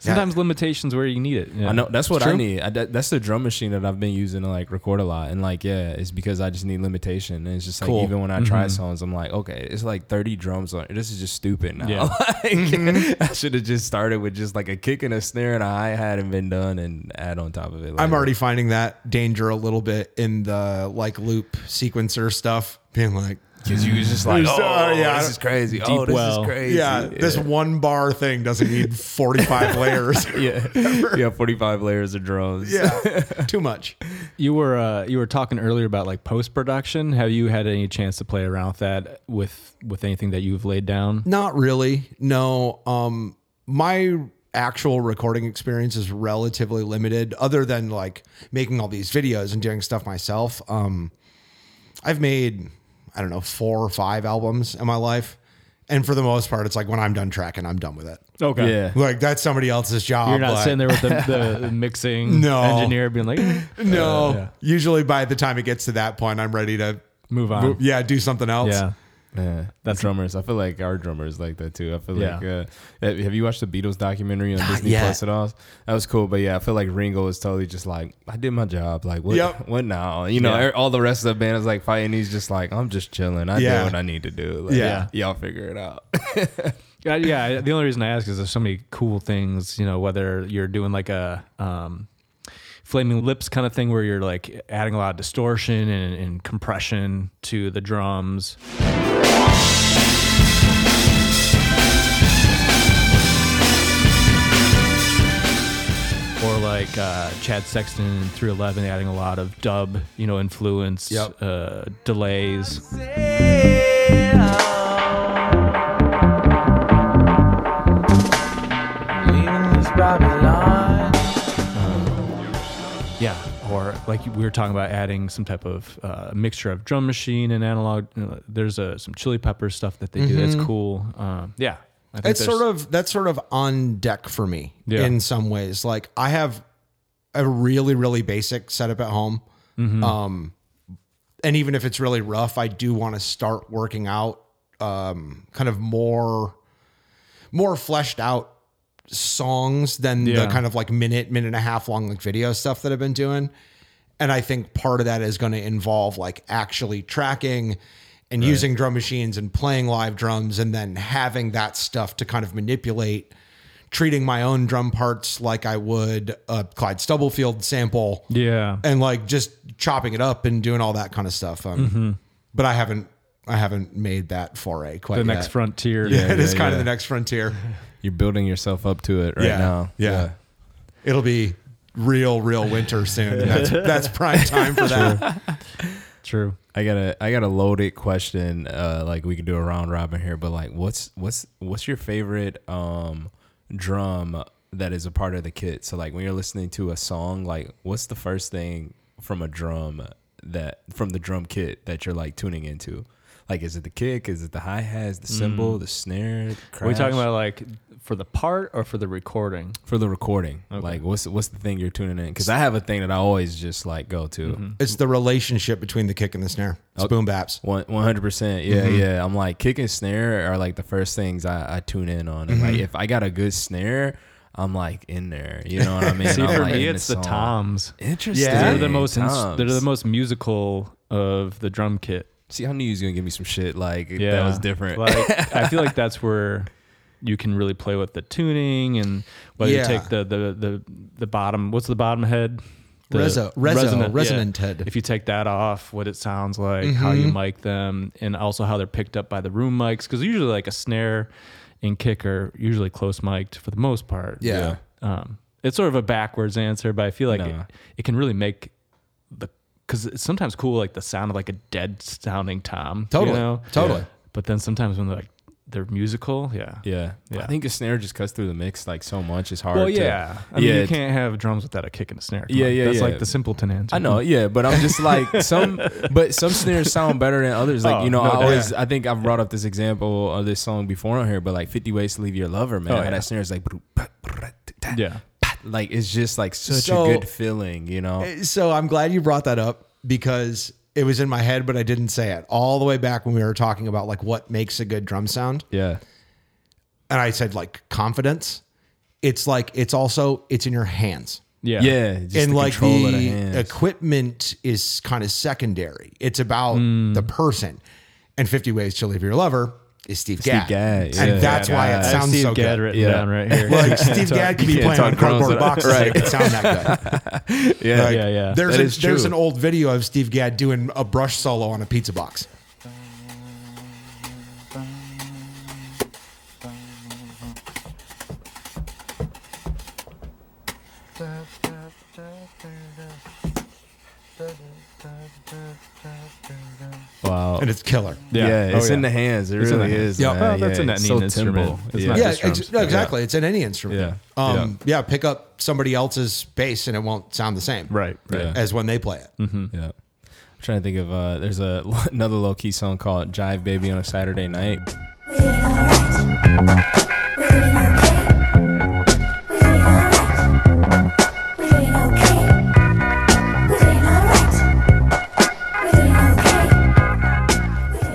E: Sometimes limitations where you need it. Yeah.
A: I know that's what
D: It's
A: I
D: true.
A: need. I, that, that's the drum machine that I've been using to like record a lot, and like yeah, it's because I just need limitation. And it's just like
D: Cool.
A: even when I try songs, I'm like, okay, it's like 30 drums on. This is just stupid now.
E: Yeah.
A: like, I should have just started with just like a kick and a snare and a hi hat and been done and add on top of it.
D: I'm
A: later.
D: already finding that danger a little bit in the like loop sequencer stuff. Being like,
A: because you was just like, oh,
D: sorry, yeah, I
A: this
D: don't-
A: is crazy. Oh, this
E: well.
A: is crazy.
D: yeah, this one bar thing doesn't need 45 layers.
A: yeah, yeah, 45 layers of drums.
D: yeah, too much.
E: You were uh, you were talking earlier about like post production. Have you had any chance to play around with that with with anything that you've laid down?
D: Not really. No. Um my actual recording experience is relatively limited other than like making all these videos and doing stuff myself. Um I've made I don't know 4 or 5 albums in my life and for the most part it's like when I'm done tracking I'm done with it.
E: Okay.
A: yeah.
D: Like that's somebody else's job.
E: You're not
D: like-
E: sitting there with the, the mixing
D: No.
E: engineer being like, "Eh,
D: No.
E: yeah.
D: Usually by the time it gets to that point I'm ready to
E: move on.
D: yeah, do something else.
E: Yeah.
A: Yeah, that's drummers. I feel like our drummers like that too. I feel
E: Yeah.
A: like uh, have have you watched the Beatles documentary on Disney
D: yet.
A: Plus at all? That was cool, but yeah, I feel like Ringo is totally just like I did my job. Like what?
D: Yep.
A: What now? You know, er,
E: Yeah.
A: all the rest of the band is like fighting. He's just like I'm just chilling. I
D: Yeah.
A: do what I need to do. Like,
D: Yeah.
A: y'all figure it out.
E: Yeah, yeah. The only reason I ask is there's so many cool things, you know, whether you're doing like a um, flaming lips kind of thing where you're like adding a lot of distortion and, and compression to the drums. Or like uh, Chad Sexton in 311 adding a lot of dub, you know, influence,
D: Yep.
E: uh, delays. Yeah, or like we were talking about adding some type of uh, mixture of drum machine and analog. you know, there's uh, some Chili Pepper stuff that they do that's cool. Um, yeah, I
D: Mm-hmm. it's sort of that's sort of on deck for me
E: Yeah.
D: in some ways. Like I have a really really basic setup at home,
E: Mm-hmm.
D: um, and even if it's really rough, I do want to start working out um, kind of more more fleshed out songs than
E: Yeah.
D: the kind of like minute minute and a half long like video stuff that I've been doing. And I think part of that is going to involve like actually tracking and using drum machines and playing live drums and then having that stuff to kind of manipulate treating my own drum parts like I would a Clyde Stubblefield sample
E: Yeah.
D: and like just chopping it up and doing all that kind of stuff um, but I haven't I haven't made that foray quite
E: The
D: yet.
E: next frontier.
D: yeah, it is
A: yeah,
D: kind
A: yeah.
D: of the next frontier
A: You're building yourself up to it right
D: Yeah,
A: now.
D: yeah. it'll be real real winter soon and that's that's prime time for that
E: True.
A: I got a I got a loaded question. Uh, like we could do a round robin here, but like, what's what's what's your favorite um drum that is a part of the kit? So like, when you're listening to a song, like, what's the first thing from a drum that from the drum kit that you're like tuning into? Like, is it the kick? Is it the hi hats? The cymbal? The snare? The
E: Are we Mm.
A: crash?
E: talking about like for the part or for the recording?
A: for the recording? Like, what's what's the thing you're tuning in? Because I have a thing that I always just like go to.
E: Mm-hmm.
D: it's the relationship between the kick and the snare
A: Oh.
D: it's boom baps
A: One hundred percent, yeah,
E: Mm-hmm.
A: yeah. I'm like kick and snare are like the first things I, I tune in on. And
E: Mm-hmm.
A: Like if I got a good snare, I'm like in there. You know what I mean?
E: See,
A: I'm
E: for
A: like
E: me,
A: in
E: it's the
A: song.
E: toms.
A: Interesting.
E: They're the most. ins-
A: Toms.
E: they're the most musical of the drum kit.
A: See, I knew you was gonna give me some shit like
E: Yeah,
A: that was different.
E: Like I feel like that's where you can really play with the tuning and whether
D: Yeah.
E: you take the the the the bottom. What's the bottom head? The
D: Reso- reso-
E: resonant-
D: resonant head. Mm-hmm.
E: If you take that off, what it sounds like, how you mic them, and also how they're picked up by the room mics, because usually like a snare and kick are usually close mic'd for the most part.
D: Yeah.
E: Um, it's sort of a backwards answer, but I feel like
A: No.
E: it, it can really make the because it's sometimes cool like the sound of like a dead sounding tom.
D: Totally.
E: you know?
D: Totally.
E: But then sometimes when they're like they're musical, yeah,
A: yeah. I
E: Yeah.
A: think a snare just cuts through the mix like so much. It's hard.
E: Well,
A: to-
E: yeah, I mean,
A: yeah,
E: you can't have drums without a kick and a snare. Come
A: Yeah,
E: on.
A: yeah,
E: That's
A: yeah.
E: like the simpleton answer.
A: I know, yeah, but I'm just like some, but some snares sound better than others. Like
E: Oh,
A: you know,
E: no
A: I
E: doubt.
A: always, I think I've brought up this example of this song before on here, but like 50 Ways to Leave Your Lover, man,
E: Oh,
A: how
E: yeah.
A: that snare is like,
E: Yeah,
A: like it's just like such
D: So-
A: a good feeling, you know.
D: so I'm glad you brought that up because it was in my head, but I didn't say it all the way back when we were talking about like what makes a good drum sound.
A: Yeah,
D: And I said like confidence. It's like it's also it's in your hands.
E: yeah,
A: yeah, just
D: and
A: the
D: like
A: control of the
D: the,
A: hands.
D: equipment is kind of secondary. It's about
A: Hmm.
D: the person. And 50 Ways to Leave Your Lover is Steve Gadd.
A: Gadd, yeah.
D: And that's why
A: Yeah.
D: it
E: I have
D: sounds
E: Steve
D: so
E: Gadd
D: good.
E: written
A: Yeah.
E: down right here.
D: Like Steve Gadd could be
A: can't
D: playing on
A: talk drums
D: cardboard
A: without-
D: boxes. Right. It sound that good.
A: yeah,
D: Like,
E: Yeah, yeah.
D: There's
A: That
D: a,
A: is true.
D: there's an old video of Steve Gadd doing a brush solo on a pizza box.
A: wow.
D: And it's killer.
A: yeah,
E: Yeah.
A: it's
E: Oh,
A: in
E: yeah.
A: the hands. It
E: It's in
A: really
E: the hands.
A: is.
E: Yeah.
A: man.
E: Well, that's
A: yeah,
E: an
A: it's
E: Indian
A: so
E: instrument.
A: timbrel.
E: It's
A: yeah.
E: not
D: Yeah,
E: just drums.
D: ex- no, exactly. It's in any instrument.
A: Yeah.
D: Um, yeah. Pick up somebody else's bass and it won't sound the same.
E: right, right.
A: Yeah.
D: As when they play it.
A: Yeah. I'm trying to think of uh there's a another low key song called Jive Baby on a Saturday Night.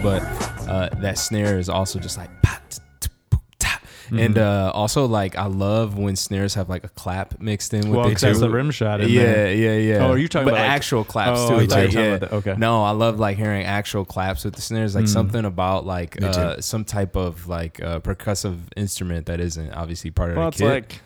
A: But uh that snare is also just like pa, t- t- boop, ta.
E: Mm-hmm.
A: and uh, also like I love when snares have like a clap mixed in with
E: Well,
A: it
E: 'cause that's
A: too.
E: the rim shot in
A: yeah,
E: there.
A: yeah, yeah.
E: Oh, are you talking
A: But
E: about, like-
A: actual claps
E: Oh,
A: too?
E: I thought you were
A: like,
E: talking
A: yeah.
E: about that. Okay. Mm.
A: No, I love like hearing actual claps with the snares, like something about like uh, some type of like uh, percussive instrument that isn't obviously part of the
E: Well, it's
A: kit.
E: like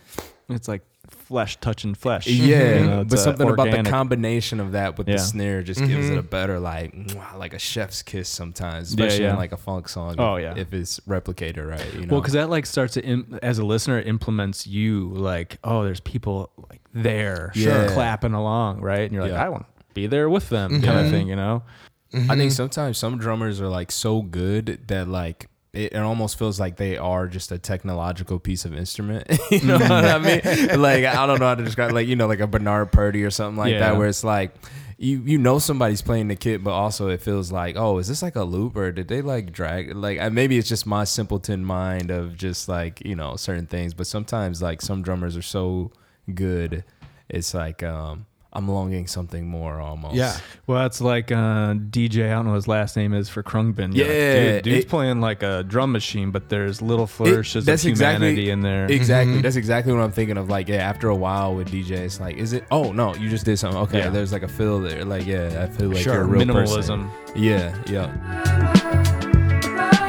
E: it's like flesh touching flesh.
A: yeah,
E: You know, it's,
A: but
E: uh,
A: something about the
E: organic.
A: combination of that with
E: Yeah.
A: the snare just gives it a better like mwah, like a chef's kiss sometimes,
E: Yeah,
A: especially
E: yeah.
A: in like a funk song.
E: Oh,
A: if-
E: yeah.
A: if it's replicated right, you know.
E: Well, because that like starts to Im- as a listener it implements you like oh there's people like there
A: Sure.
E: clapping along right and you're like
A: Yeah.
E: I want to be there with them kind of thing you know
A: I think sometimes some drummers are like so good that like it, it almost feels like they are just a technological piece of instrument. you know what I mean? Like I don't know how to describe like you know like a Bernard Purdy or something like
E: Yeah.
A: that where it's like you you know somebody's playing the kit but also it feels like oh is this like a loop or did they like drag like I- maybe it's just my simpleton mind of just like you know certain things but sometimes like some drummers are so good it's like um I'm longing something more almost.
D: Yeah.
E: well it's like uh, DJ I don't know what his last name is for Krungbin You're like,
A: Yeah,
E: dude, dude's
A: it-
E: playing like a drum machine but there's little flourishes
A: that's
E: of humanity
A: exactly,
E: in there
A: Exactly. That's exactly what I'm thinking of. Like, yeah, after a while with DJ, it's like, is it? Oh no, you just did something. Okay,
E: Yeah.
A: there's like a feel there. Like, yeah, I feel like
D: Sure.
A: you're a real person.
E: Minimalism.
A: Yeah, yeah.
F: Thank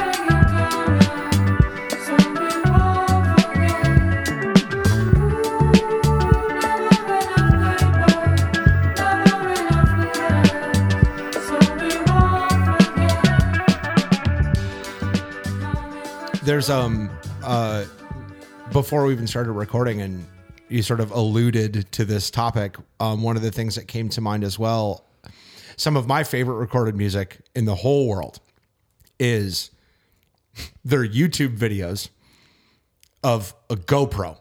D: there's um uh before we even started recording and you sort of alluded to this topic um one of the things that came to mind as well some of my favorite recorded music in the whole world is their youtube videos of a gopro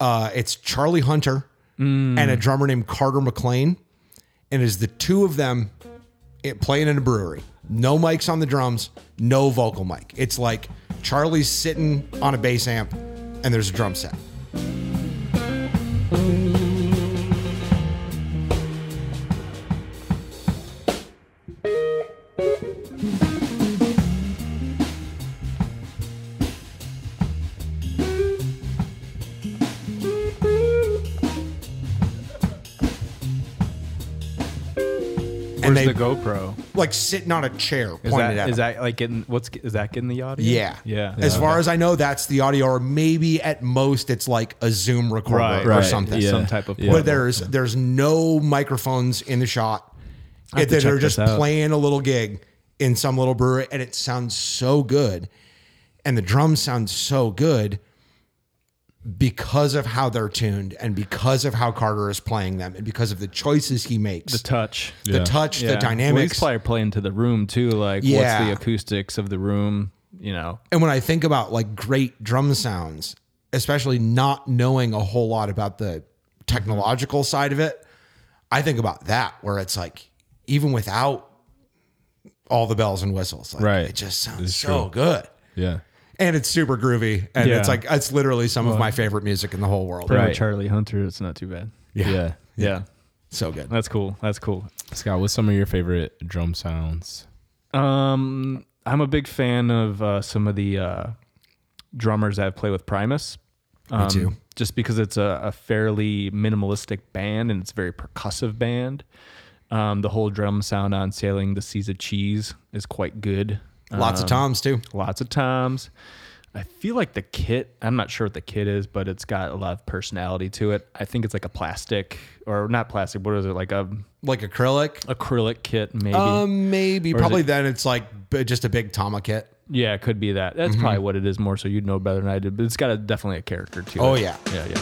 D: uh it's charlie hunter and a drummer named carter mclean and it is the two of them it playing in a brewery. No mics on the drums, no vocal mic. It's like Charlie's sitting on a bass amp and there's a drum set.
E: Where's
D: and they
E: the GoPro?
D: like sitting on a chair
E: Is
D: pointed
E: that
D: at
E: is
D: them.
E: that like getting what's is that getting the audio?
D: yeah.
E: yeah.
D: As
E: Yeah.
D: far as I know, that's the audio, or maybe at most it's like a Zoom recorder
E: Right,
D: or
E: right.
D: something.
E: Yeah. Some type of
D: But
E: portable.
D: there's there's no microphones in the shot. It,
E: to check
D: they're
E: this
D: just
E: out.
D: playing a little gig in some little brewery, and it sounds so good, and the drums sound so good because of how they're tuned, and because of how Carter is playing them, and because of the choices he makes,
E: the touch.
D: the touch, the
E: Well, he's
D: dynamics.
E: probably playing to the room too. Like,
D: Yeah.
E: what's the acoustics of the room? You know,
D: and when I think about like great drum sounds, especially not knowing a whole lot about the technological side of it, I think about that where it's like even without all the bells and whistles, like,
A: Right.
D: It just sounds
A: It's
D: so
A: true.
D: good,
A: Yeah.
D: and it's super groovy, and
E: Yeah.
D: it's like it's literally some of my favorite music in the whole world.
E: Play with
A: Right.
E: Charlie Hunter. It's not too bad.
A: Yeah.
E: Yeah,
D: So good.
E: that's cool. That's cool.
A: Scott, what's some of your favorite drum sounds?
E: Um, I'm a big fan of uh, some of the uh, drummers that play with Primus. Um,
D: too.
E: Just because it's a, a fairly minimalistic band and it's a very percussive band. Um, the whole drum sound on "Sailing the Seas of Cheese" is quite good.
D: Lots of
E: Um,
D: toms too.
E: lots of times. I feel like the kit, I'm not sure what the kit is, but it's got a lot of personality to it. I think it's like a plastic or not plastic, what is it? Like a
D: Like acrylic,
E: acrylic kit maybe.
D: um, maybe
E: is
D: probably
E: it-
D: then it's like b- just a big toma kit.
E: yeah, it could be that. That's
D: Mm-hmm.
E: probably what it is more so you'd know better than I did, but it's got a, definitely a character to
D: Oh
E: it.
D: yeah,
E: Yeah, yeah.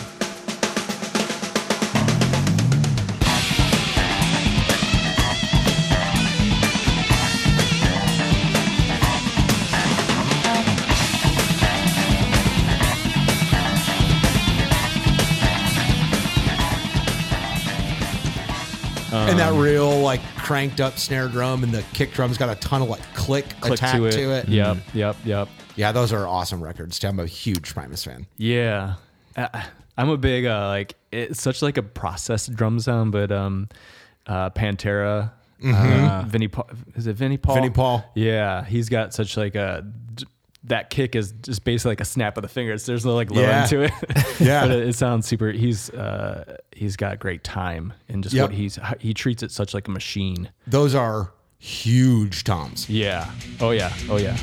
D: and that real like cranked up snare drum and the kick drum's got a ton of like click,
E: Click
D: attack Mm.
E: to it. Yep, yep, yep.
D: Mm-hmm. Yeah, those are awesome records. too. I'm a huge Primus fan.
E: Yeah. I, I'm a big uh, like it's such like a processed drum sound, but um uh Pantera uh, Vinnie Paul is it Vinnie Paul?
D: Mm-hmm. Vinnie Paul.
E: Yeah, he's got such like a d- that kick is just basically like a snap of the fingers. There's no like low
D: Yeah.
E: end to it.
D: Yeah.
E: but it, it sounds super he's uh he's got great time and just
D: Yep.
E: what he's he treats it such like a machine.
D: Those are huge toms.
E: Yeah. Oh yeah. Oh yeah.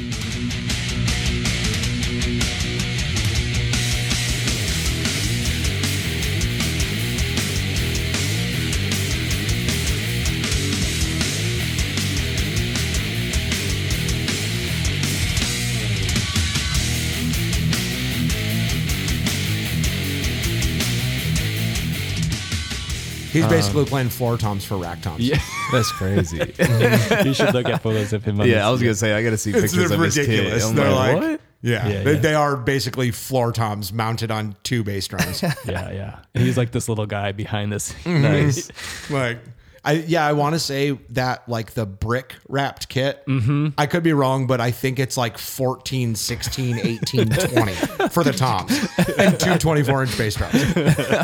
D: He's basically playing floor toms for rack toms.
E: Yeah.
A: That's crazy.
E: you should look at photos of him on
A: yeah, I
E: this.
A: was gonna say I gotta see
D: It's
A: pictures of his kid.
D: ridiculous.
A: I'm
D: They're like,
A: what?
D: Yeah,
E: Yeah,
D: they,
E: yeah.
D: they are basically floor toms mounted on two bass drums.
E: Yeah, yeah. And he's like this little guy behind this.
A: Mm-hmm. Nice.
D: like, I yeah, I want to say that like the brick wrapped kit.
E: Mm-hmm.
D: I could be wrong, but I think it's like 14, 16, 18, 20 for the toms and two 24 inch bass drums.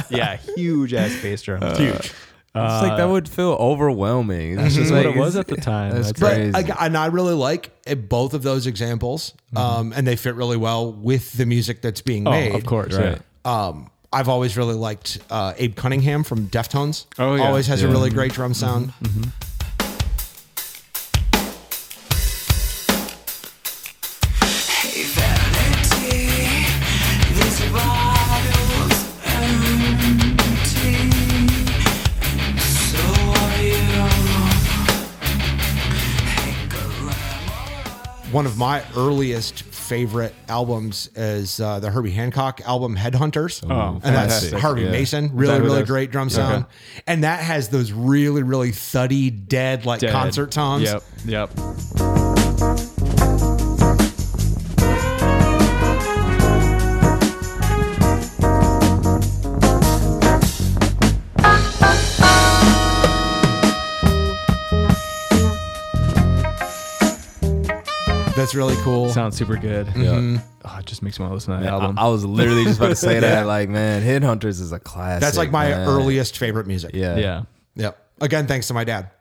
E: yeah, huge ass bass drum.
A: Uh,
E: huge.
A: it's like that would feel overwhelming. That's just
E: What
A: like-
E: it was at the time.
A: That's
E: That's-
D: But
A: crazy.
D: I, and I really like eh, both of those examples, um, and they fit really well with the music that's being
E: Mm-hmm. Oh,
D: made.
E: of course.
A: Right.
E: Yeah.
D: Um, I've always really liked uh, Abe Cunningham from Deftones.
E: Oh, yeah. Mm-hmm.
D: always has a
A: Yeah.
D: really great drum sound. One of my earliest favorite albums is uh, the Herbie Hancock album Headhunters.
E: Oh,
D: and that's
E: fantastic.
D: Harvey
A: Yeah.
D: Mason. Really,
E: who
D: really
E: that's-
D: great drum sound. And that has those really, really thuddy, dead, like
E: Dead.
D: concert toms.
E: Yep, yep.
D: That's really cool.
E: Sounds super good. Yeah.
A: Mm-hmm.
E: Oh, it just makes me want to listen to that album.
A: I, I was literally just about to say that. Like, man, Headhunters is a classic.
D: that's like my
A: man.
D: earliest favorite music.
A: Yeah,
E: yeah.
D: Yep. Again, thanks to my dad.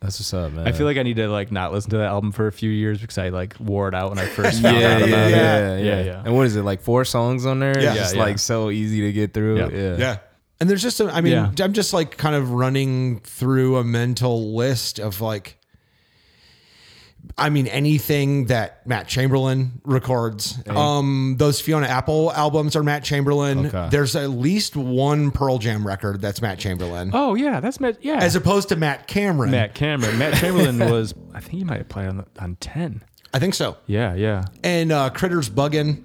A: That's what's up, man.
E: I feel like I need to like not listen to that album for a few years because I like wore it out when I first
A: yeah,
E: found out
A: yeah,
E: about
A: yeah,
E: it.
A: yeah,
E: Yeah, yeah.
A: And what is it like? Four songs on there.
D: Yeah.
A: it's just
E: Yeah, yeah.
A: like so easy to get through.
E: Yeah.
A: Yeah,
D: Yeah. And there's just, a, I mean,
E: Yeah.
D: I'm just like kind of running through a mental list of like, I mean, anything that Matt Chamberlain records. Um, those Fiona Apple albums are Matt Chamberlain.
A: Okay.
D: There's at least one Pearl Jam record that's Matt Chamberlain,
E: Oh yeah, that's Matt. Yeah,
D: as opposed to Matt Cameron.
E: Matt Cameron. Matt Chamberlain was. I think he might have played on the, on ten.
D: I think so.
E: Yeah, yeah.
D: And uh, Critters Buggin.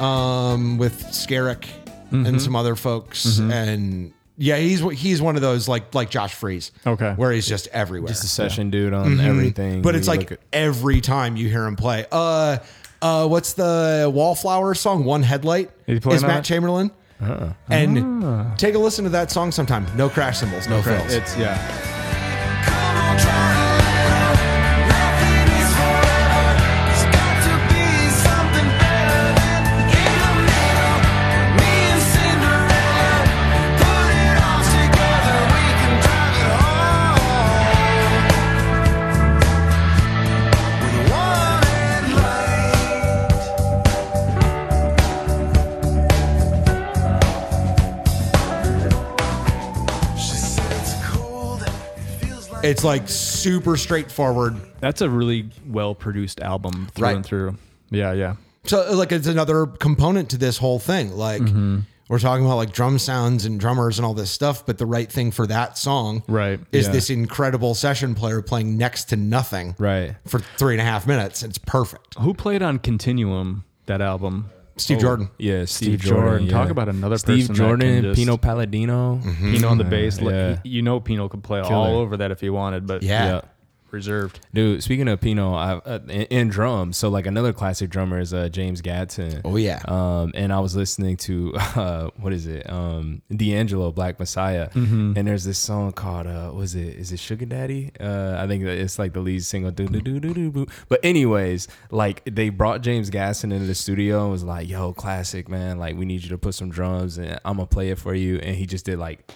D: um, with Scarrick and some other folks, and yeah, he's he's one of those like like Josh Freeze,
E: Okay.
D: where he's just everywhere.
A: Just a session dude on everything.
D: but
A: You
D: it's
A: look
D: like
A: at-
D: every time you hear him play, uh, uh, what's the Wallflower song? One headlight
E: Is he playing
D: is
E: on
D: Matt
E: it? Uh-huh. Ah.
D: Chamberlain, and take a listen to that song sometime. No crash cymbals, no frills.
E: It's yeah.
D: It's like super straightforward.
E: That's a really well produced album through
D: Right.
E: and through. Yeah, yeah.
D: So like it's another component to this whole thing. Like
E: Mm-hmm.
D: we're talking about like drum sounds and drummers and all this stuff, but the right thing for that song
E: Right,
D: is
E: yeah.
D: this incredible session player playing next to nothing
A: right.
D: for three and a half minutes. It's perfect.
E: Who played on Continuum? That album.
D: Steve Jordan.
A: Yeah, Steve,
E: Jordan.
A: Jordan.
E: Talk
A: yeah.
E: about another
A: Steve
E: person that
A: Jordan,
E: can just-
A: Pino Palladino.
E: Pino on the bass. like,
A: Mm, Yeah.
E: You know, Pino could play all
A: Killer.
E: over that if he wanted, but
D: Yeah.
E: reserved.
A: Dude, speaking of Pino, I, uh, in, in drums, so like another classic drummer is uh, James Gadsden.
D: Oh, yeah.
A: Um, and I was listening to uh, what is it? Um, D'Angelo Black Messiah,
D: Mm-hmm.
A: and there's this song called uh, was it? Is it Sugar Daddy? Uh, I think that it's like the lead single. Do, do, do, do, do, boo. But anyways, like they brought James Gadsden into the studio and was like, "Yo, classic man, like we need you to put some drums, and I'm gonna play it for you." And he just did like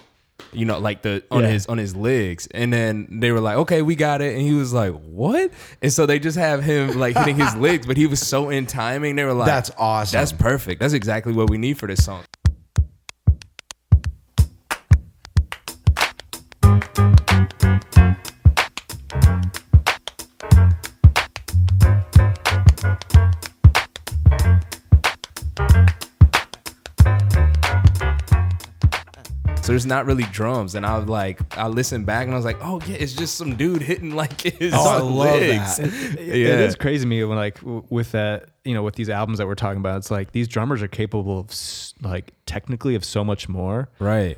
A: you know, like the on
E: Yeah.
A: his on his legs. And then they were like, "Okay, we got it." And he was like, "What?" And so they just have him like hitting his legs, but he was so in timing. They were like,
D: That's awesome.
A: That's perfect. That's exactly what we need for this song." So there's not really drums, and I was like, I listened back and I was like, "Oh yeah, it's just some dude hitting like his
D: Oh, I love
A: legs."
D: that.
A: Yeah.
E: It is crazy to me when like w- with that, you know, with these albums that we're talking about, it's like these drummers are capable of s- like technically of so much more,
A: Right.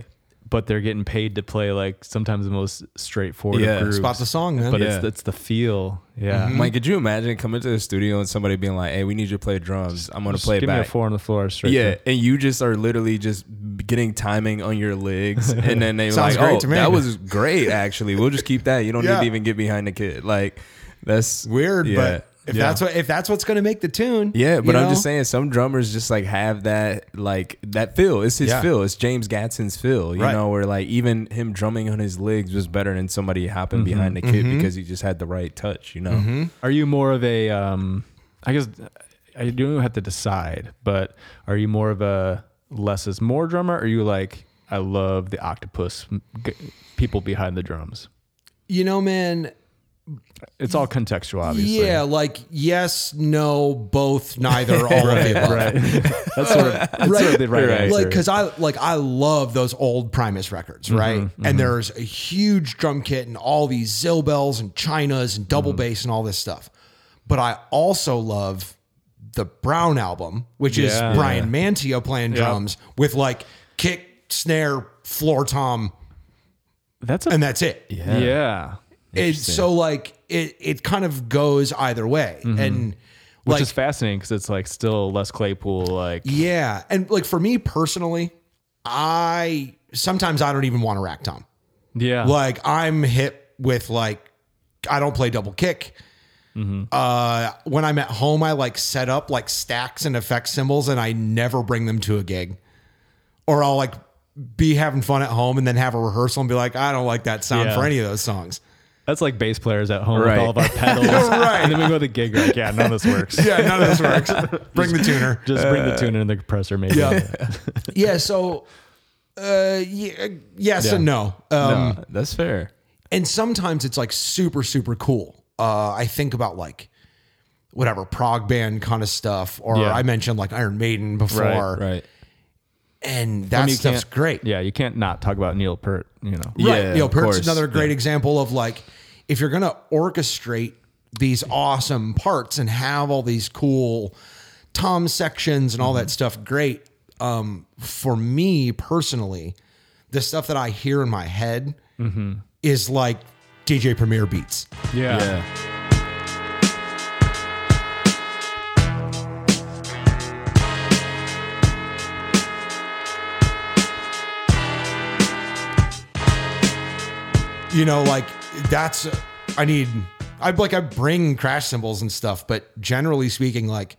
E: but they're getting paid to play like sometimes the most straightforward
A: Yeah.
E: yeah. grooves.
D: Spot the song, man.
E: But
A: Yeah.
E: it's it's the feel. Yeah.
D: Mm-hmm.
A: Mike, could you imagine coming to the studio and somebody being like, "Hey, we need you to play drums. I'm gonna
E: Just
A: play it
E: give
A: back."
E: me a four on the floor straight.
A: Yeah,
E: through.
A: and you just are literally just getting timing on your legs, and then they were
D: Sounds
A: like,
D: great
A: "Oh,
D: to me."
A: that was great. Actually, we'll just keep that. You don't
D: Yeah.
A: need to even get behind the kid. Like, that's
D: weird,
A: yeah.
D: but if
A: yeah.
D: that's what if that's what's going to make the tune,
A: yeah,
D: you
A: but I'm
D: know?
A: just saying, some drummers just like have that like that feel. It's his
D: Yeah.
A: feel. It's James Gadsden's feel. You
D: Right.
A: know, where like even him drumming on his legs was better than somebody
D: Mm-hmm.
A: hopping behind the kid because he just had the right touch. You know,
E: Are you more of a um I guess I don't have to decide, but are you more of a less is more drummer or are you like I love the octopus g- people behind the drums?
D: you know, man,
E: It's all contextual, obviously.
D: Yeah, like yes, no, both, neither, all of the above.
E: Right. That's sort of, that's sort of the right, answer.
D: Like, cause I like I love those old Primus records,
E: Mm-hmm,
D: right? And there's a huge drum kit and all these zill bells and chinas and
E: Mm-hmm.
D: double bass and all this stuff. But I also love the Brown album, which
E: Yeah.
D: is Brian Mantio playing drums with like kick, snare, floor tom,
E: that's a
D: and that's it.
E: yeah.
D: And so like it it kind of goes either way. And
E: which
D: like,
E: is fascinating because it's like still less Claypool. Like
D: Yeah. And like for me personally, I sometimes I don't even want to rack tom.
E: yeah,
D: Like I'm hit with like I don't play double kick. Uh, when I'm at home, I like set up like stacks and effect symbols, and I never bring them to a gig. Or I'll like be having fun at home and then have a rehearsal and be like, I don't like that sound
E: Yeah.
D: for any of those songs.
E: that's like bass players at home
A: Right.
E: with all of our pedals.
D: Right.
E: and then we go to the gig. Like yeah, none of this works.
D: Yeah, none of this works. Bring the tuner.
E: Just bring the tuner and the compressor, maybe.
D: Yeah. yeah. So, uh, yeah, yes and no. Um,
A: Uh, that's fair.
D: and sometimes it's like super super cool uh i think about like whatever prog band kind of stuff or
E: Yeah.
D: i mentioned like iron maiden before
E: Right,
A: Right.
D: and that
E: you
D: stuff's
E: can't-
D: great
E: Yeah, you can't not talk about Neil Peart. You know,
D: right
A: Yeah,
D: you know
A: of
D: Pert's
A: course.
D: another great example of like if you're gonna orchestrate these awesome parts and have all these cool tom sections and all
A: Mm-hmm.
D: that stuff great um for me personally the stuff that i hear in my head
A: Mm-hmm.
D: is like dj premiere beats
E: yeah.
A: Yeah.
D: you know, like that's I need. I like I bring crash cymbals and stuff, but generally speaking, like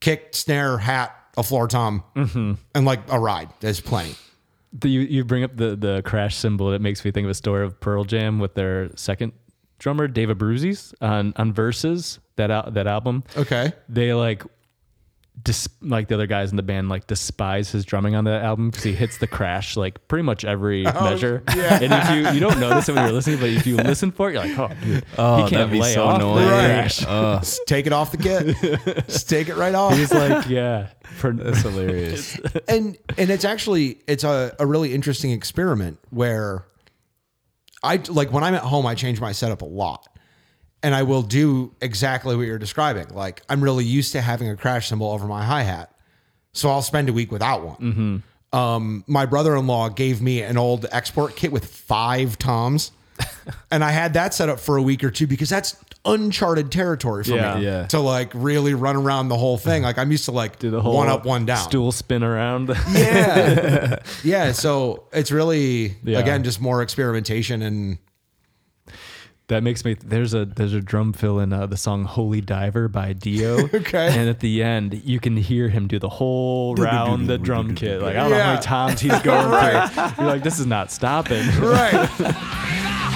D: kick, snare, hat, a floor tom,
A: Mm-hmm.
D: and like a ride is plenty.
E: The, you, you bring up the, the crash symbol. It makes me think of a story of Pearl Jam with their second drummer, David Bruzies, on, on Verses, that, al- that album.
D: Okay,
E: They like, dis- like the other guys in the band, like despise his drumming on that album because he hits the crash like pretty much every
D: Oh,
E: measure. And if you, you don't notice it when you're listening, but if you listen for it, you're like, oh, dude, he can't
A: that'd be
E: lay
A: so
E: off the
A: annoying. Oh.
D: Right.
E: crash.
D: Just take it off the kit, Just take it right off.
E: He's like, yeah, for-
A: Hilarious.
D: and and it's actually it's a, a really interesting experiment where I like when I'm at home I change my setup a lot and I will do exactly what you're describing like I'm really used to having a crash cymbal over my hi-hat so I'll spend a week without one
E: Mm-hmm.
D: um, my brother-in-law gave me an old export kit with five toms and I had that set up for a week or two because that's uncharted territory for
E: Yeah.
D: me
A: Yeah.
D: to like really run around the whole thing like I'm used to like
E: the whole
D: one up one down
E: stool spin around.
D: yeah yeah so it's really
E: Yeah.
D: again just more experimentation and
E: That makes me. There's a there's a drum fill in uh, the song "Holy Diver" by Dio.
D: Okay.
E: And at the end, you can hear him do the whole round the drum kit. Like I don't know how
D: Yeah.
E: many times he's going through. You're like, this is not stopping.
D: right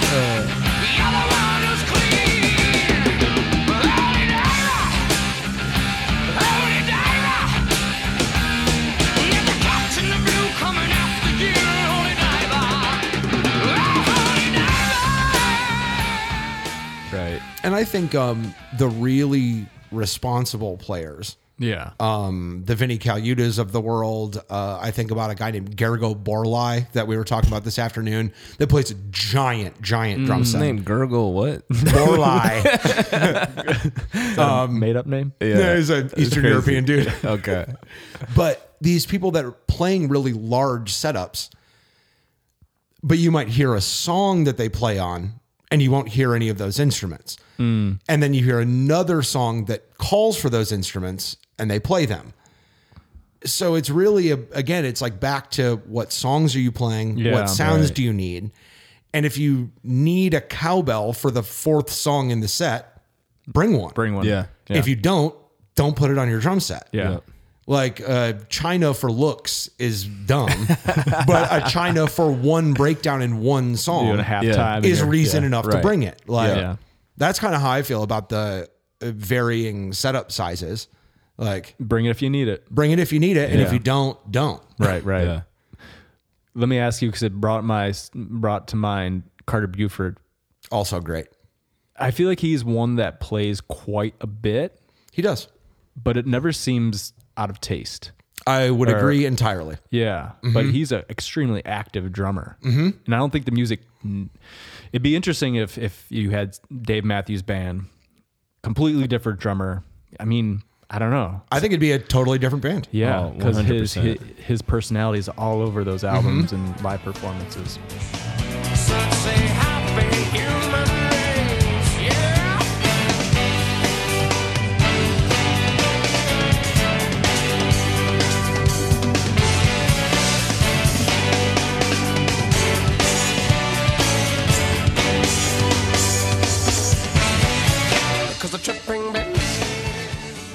A: right.
D: and i think um the really responsible players
E: Yeah.
D: um the vinnie calutas of the world uh i think about a guy named gergo borlai that we were talking about this afternoon that plays a giant giant drum
A: His
D: set
A: name Gurgle. What?
D: borlai
E: Made up name.
D: yeah. he's an eastern
A: crazy.
D: european dude
A: okay.
D: but these people that are playing really large setups but you might hear a song that they play on and you won't hear any of those instruments and then you hear another song that calls for those instruments and they play them so it's really a, again it's like back to what songs are you playing
E: Yeah,
D: what sounds
A: right.
D: do you need and if you need a cowbell for the fourth song in the set bring one
E: Bring one.
A: Yeah.
D: if you don't don't put it on your drum set
E: Yeah.
D: like uh, China for looks is dumb, but a China for one breakdown in one
E: Doing a
D: song
E: halftime.
A: Yeah.
E: and
D: Um, is
E: you're-
D: reason
E: yeah.
D: enough to
A: right.
D: bring it. Like
E: Yeah.
D: that's kind of how I feel about the uh, varying setup sizes. Like
E: Bring it if you need it.
D: bring it if you need it, and if
E: Yeah.
D: you don't, don't.
E: Right. Right.
A: Yeah.
E: Let me ask you because it brought my brought to mind Carter Buford.
D: Also great.
E: I feel like he's one that plays quite a bit,
D: He does.
E: but it never seems out of taste.
D: I would agree entirely.
E: Yeah, but
A: Mm-hmm.
E: he's an extremely active drummer, mm-hmm. and I don't think the music. It'd be interesting if if you had Dave Matthews Band, completely different drummer. I mean, I don't know.
D: I think it'd be a totally different band.
E: Yeah,
A: Oh,
E: because his,
A: 100%.
E: his his personality is all over those
A: Mm-hmm.
E: albums and live performances.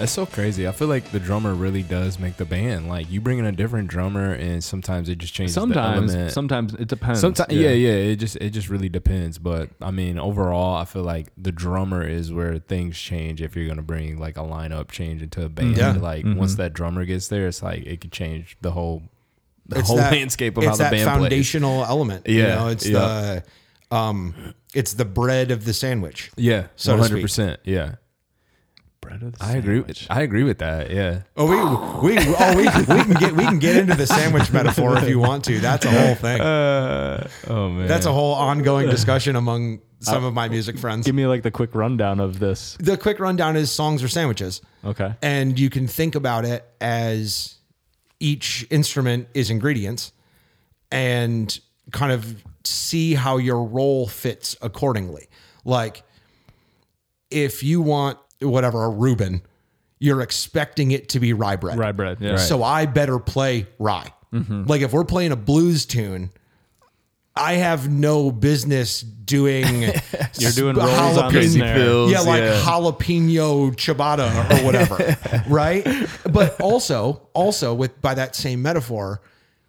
A: That's so crazy. I feel like the drummer really does make the band. Like you bring in a different drummer, and sometimes it just changes. the element.
E: Sometimes, sometimes it depends.
A: Sometimes, yeah. yeah, It just it just really depends. But I mean, overall, I feel like the drummer is where things change. If you're gonna bring like a lineup change into a band,
D: Yeah.
A: like
E: Mm-hmm.
A: once that drummer gets there, it's like it could change the whole the
D: It's
A: whole
D: that-
A: landscape of
D: it's
A: how the
D: that
A: band plays.
D: foundational element. You
A: Yeah,
D: know, it's
A: yeah.
D: the um it's the bread of the sandwich.
A: Yeah,
D: so
A: one
D: to speak.
A: hundred percent. Yeah,
E: Bread of the
A: I agree. With,
E: sandwich.
A: I agree with that. Yeah,
D: Oh, we we oh we, we can get we can get into the sandwich metaphor if you want to. That's a whole thing.
A: oh man,
D: That's a whole ongoing discussion among some of my music friends.
E: Give me like the quick rundown of this.
D: The quick rundown is songs or sandwiches.
E: Okay.
D: and you can think about it as each instrument is ingredients and kind of see how your role fits accordingly like if you want whatever a reuben you're expecting it to be rye bread
E: Rye bread. Yeah. Mm-hmm.
D: so i better play rye like if we're playing a blues tune i have no business doing
E: You're doing
D: sp-
E: rolls on the
D: jalapeno-
E: snare.
A: Pills,
D: yeah, like
A: yeah.
D: jalapeno ciabatta or whatever, right? But also, also with by that same metaphor,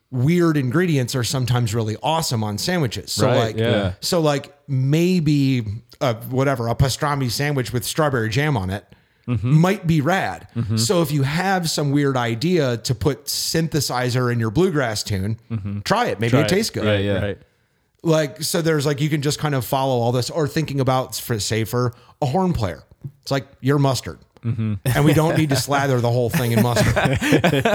D: weird ingredients are sometimes really awesome on sandwiches. So
E: Right,
D: like,
E: yeah.
D: so like maybe a, whatever a pastrami sandwich with strawberry jam on it. Might be rad. So if you have some weird idea to put synthesizer in your bluegrass tune, try it. Maybe it tastes good
E: Right,
A: yeah.
E: right.
D: like so there's like you can just kind of follow all this or thinking about for say for a horn player it's like you're mustard
E: Mm-hmm.
D: and we don't need to slather the whole thing in mustard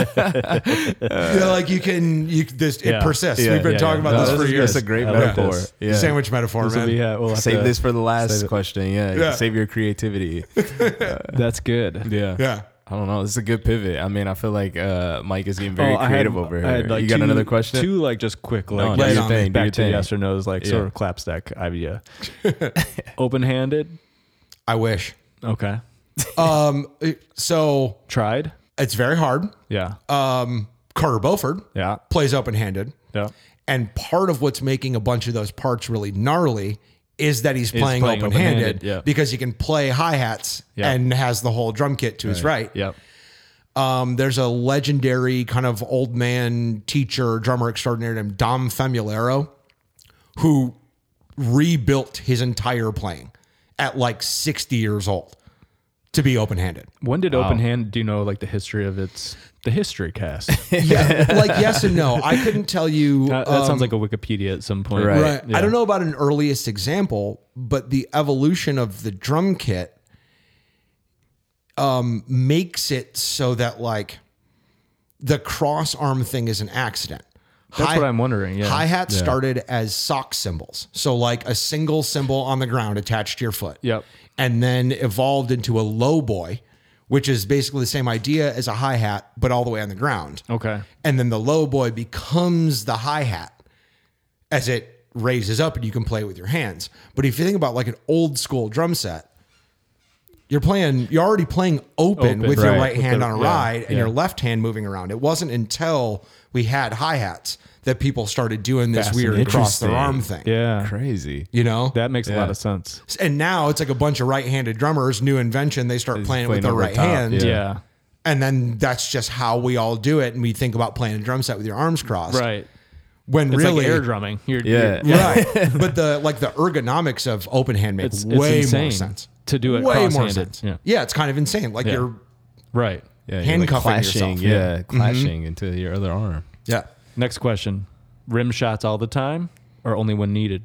D: You know, like you can you this it
E: Yeah.
D: persists
A: Yeah,
D: we've been
E: yeah,
D: talking
E: yeah.
D: about
E: No,
D: this
E: this
D: for
E: is-
D: years
A: That's a great
E: I like
A: metaphor.
E: this.
A: Yeah.
D: sandwich metaphor
E: This will
D: man
E: be, uh, we'll have
A: Save
E: to-
A: this for the last
E: it.
A: question. Yeah.
D: Yeah.
A: Save your creativity.
E: That's good.
A: Yeah.
D: yeah
A: I don't know. This is a good pivot. I mean, I feel like uh, Mike is getting very
E: Oh, I had-
A: creative over here.
E: I had, like,
A: you got
E: two-
A: another question?
E: Two like just quick
A: No,
E: like
A: do
D: yes
A: your
D: or
A: thing, do your
E: back to
A: thing.
E: yes or no's like
A: Yeah.
E: sort of clapstack idea. Open handed.
D: i wish
E: Okay.
D: um it- so
E: Tried.
D: it's very hard
E: Yeah.
A: Uh,
D: um carter beauford
E: yeah.
D: plays open-handed
E: Yeah.
D: And part of what's making a bunch of those parts really gnarly is that he's playing,
E: playing
D: open handed
E: open-handed, yeah.
D: because he can play hi hats
E: Yeah.
D: and has the whole drum kit to his right.
E: Yep.
D: Um, there's a legendary kind of old man teacher, drummer extraordinaire named Dom Famulero who rebuilt his entire playing at like 60 years old to be open handed.
E: When did open hand? Do you know like the history of its the history cast? that
D: Yeah. like, yes and no. I couldn't tell you.
E: that
D: um,
E: sounds like a Wikipedia at some point.
A: Right.
D: Right. I don't know about an earliest example, but the evolution of the drum kit um, makes it so that like the cross arm thing is an accident.
E: That's what I'm wondering, yeah.
D: Hi hat
E: Yeah.
D: started as sock cymbals, so like a single cymbal on the ground attached to your foot.
E: Yep.
D: And then evolved into a low boy, which is basically the same idea as a hi hat, but all the way on the ground
E: Okay.
D: and then the low boy becomes the hi hat as it raises up and you can play it with your hands. But if you think about like an old school drum set, you're playing, you're already playing open,
E: Open,
D: with your
E: right.
D: right
E: With
D: hand
E: the-
D: on a
E: yeah,
D: ride and
E: yeah.
D: your left hand moving around. It wasn't until we had hi hats that people started doing this weird cross their arm thing.
E: Yeah.
A: Uh, Crazy.
D: You know?
E: That makes a lot
A: Yeah.
E: of sense.
D: and now it's like a bunch of right handed drummers, new invention. They start playing it
A: playing
D: with their
A: over
D: right
A: top,
D: hand.
A: Yeah.
E: yeah.
D: And then that's just how we all do it. And we think about playing a drum set with your arms crossed.
E: Right.
D: When
E: It's
D: really
E: like air drumming. You're,
A: Yeah.
E: you're-
D: right? but the like the ergonomics of open hand make
E: It's- it's
D: way more
E: insane
D: sense
E: to do it
D: Way more
E: cross-handed.
D: sense. Yeah.
E: Yeah.
D: it's kind of insane. Like
E: Yeah.
D: you're
E: Right.
A: Yeah, you're,
D: Handcuffing
A: clashing,
D: yourself.
A: Yeah,
E: Mm-hmm.
A: clashing into your other arm.
D: yeah.
E: Next question. Rim shots all the time or only when needed?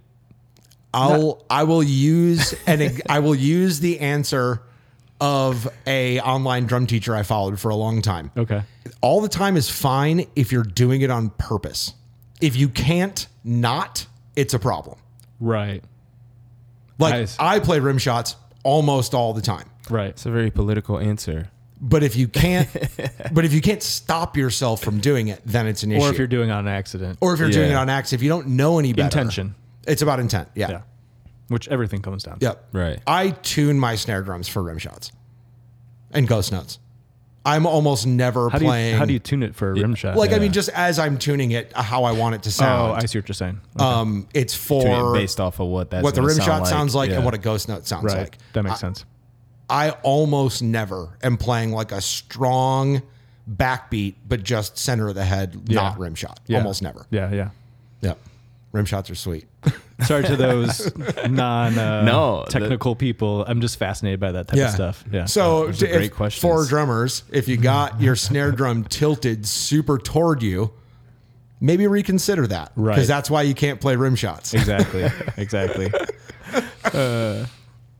D: I'll I will use an ex- I will use the answer of a online drum teacher I followed for a long time.
E: Okay.
D: All the time is fine if you're doing it on purpose. If you can't not, it's a problem.
E: Right.
D: Like
E: Nice.
D: I play rim shots almost all the time.
E: Right.
A: It's a very political answer.
D: But if you can't but if you can't stop yourself from doing it, then it's an issue.
E: Or if you're doing it on accident.
D: or if you're doing it
A: Yeah.
D: on accident, if you don't know any better.
E: intention.
D: It's about intent. Yeah.
E: Yeah. Which everything comes down to.
D: Yep.
A: Right.
D: I tune my snare drums for rim shots and ghost notes. I'm almost never
E: How do
D: playing.
E: you how do you tune it for a rim shot?
D: like? I
E: Yeah.
D: mean, just as I'm tuning it, uh, how I want it to
E: Oh, I
D: sound.
E: see what you're saying.
D: um, it's
A: Doing it
D: for
A: based off of what that's
D: what the
A: gonna
D: rim
A: sound
D: shot sounds like
A: Yeah.
D: and what a ghost note sounds
E: right.
D: like.
E: that makes sense.
D: I almost never am playing like a strong backbeat, but just center of the head, not rim shot.
E: Yeah.
D: Almost never.
E: Yeah, yeah.
D: Yep. Rim shots are sweet.
E: Sorry to those non uh,
A: No, the-
E: technical people. I'm just fascinated by that type of stuff. Yeah.
D: So
A: are great
D: if-
A: questions.
D: for drummers, if you got your snare drum tilted super toward you, maybe reconsider that.
E: Right.
D: Because that's why you can't play rim shots.
E: exactly, exactly. Uh,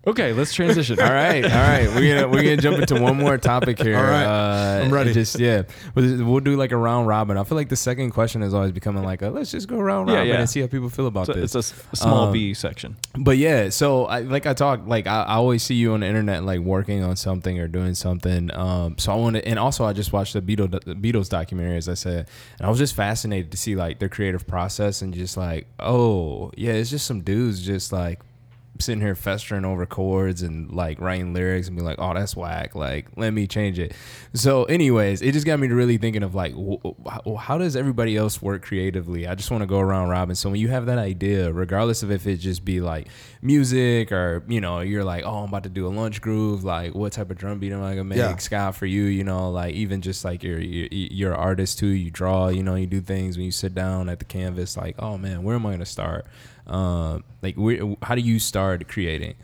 E: okay, let's transition.
A: All right, all right. We're gonna we're gonna jump into one more topic here.
D: All right.
A: uh,
D: I'm ready.
A: Just yeah, we'll, we'll do like a round robin. I feel like the second question is always becoming like, a, let's just go round
E: Yeah,
A: robin
E: yeah.
A: and see how people feel about
E: So
A: this.
E: it's a s- a small
A: Um,
E: B section.
A: But yeah, so I, like I talk, like I, I always see you on the internet, like working on something or doing something. Um, so I want to, and also I just watched the Beatles, the Beatles documentary, as I said, and I was just fascinated to see like their creative process and just like, oh yeah, it's just some dudes just like sitting here festering over chords and like writing lyrics and be like, oh, that's whack. Like, let me change it. So, anyways, it just got me to really thinking of like, wh- wh- how does everybody else work creatively? I just want to go around Robin. So, when you have that idea, regardless of if it just be like music or, you know, you're like, oh, I'm about to do a lunch groove, like, what type of drum beat am I going to make?
D: Yeah.
A: Scott, for you, you know, like even just like you're, you're, you're an artist too, you draw, you know, you do things when you sit down at the canvas, like, oh man, where am I going to start? Um, like, where, how do you start creating?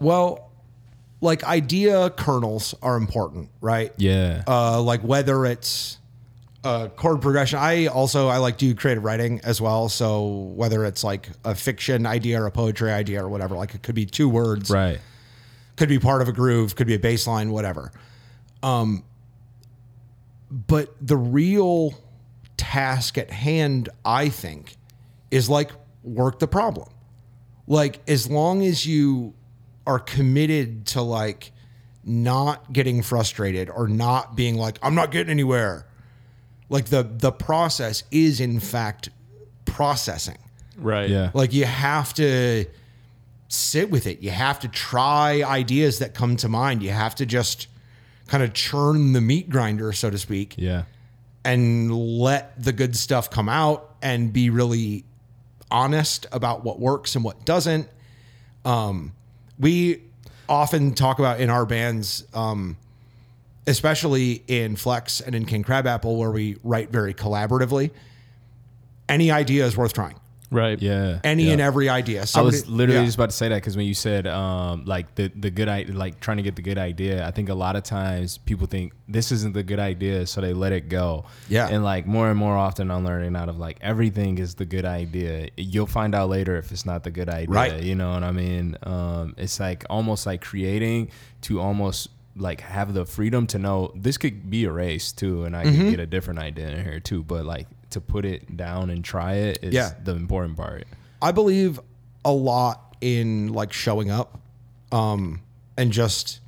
D: well, like idea kernels are important, right?
A: Yeah.
D: uh, like whether it's uh, chord progression. I also I like do creative writing as well. So whether it's like a fiction idea or a poetry idea or whatever, like it could be two words,
A: right.
D: could be part of a groove, could be a bass line, whatever. Um, but the real task at hand, I think, is like work the problem. Like as long as you are committed to like not getting frustrated or not being like I'm not getting anywhere. Like the the process is in fact processing.
E: Right.
A: Yeah.
D: Like you have to sit with it. You have to try ideas that come to mind. You have to just kind of churn the meat grinder, so to speak,
A: yeah.
D: and let the good stuff come out and be really honest about what works and what doesn't. Um, we often talk about in our bands, um, especially in Flex and in King Crabapple, where we write very collaboratively. Any idea is worth trying
E: Right.
A: Yeah.
D: any
A: yeah.
D: and every idea.
A: I was
D: Somebody-
A: literally
D: yeah.
A: just about to say that because when you said um, like the the good i like trying to get the good idea, I think a lot of times people think this isn't the good idea, so they let it go.
D: Yeah.
A: and like more and more often, I'm learning out of like everything is the good idea. You'll find out later if it's not the good idea.
D: Right.
A: You know what I mean? Um, it's like almost like creating to almost like have the freedom to know this could be erased too, and I
D: Mm-hmm.
A: could get a different idea in here too. But like to put it down and try it is
D: Yeah.
A: the important part.
D: I believe a lot in like showing up, um, and just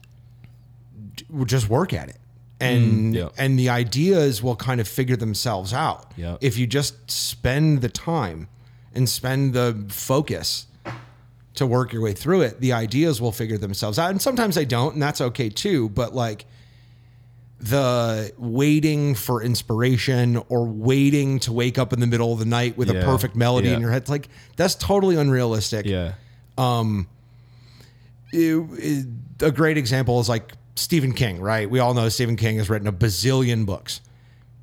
D: d- just work at it, and
A: Mm, yeah.
D: and the ideas will kind of figure themselves out
A: Yeah.
D: if you just spend the time and spend the focus to work your way through it. The ideas will figure themselves out, and sometimes they don't, and that's okay too. But like the waiting for inspiration or waiting to wake up in the middle of the night with a
A: Yeah.
D: perfect melody
A: Yeah.
D: in your head. It's like that's totally unrealistic.
A: Yeah.
D: It- it- a great example is like Stephen King, right? We all know Stephen King has written a bazillion books.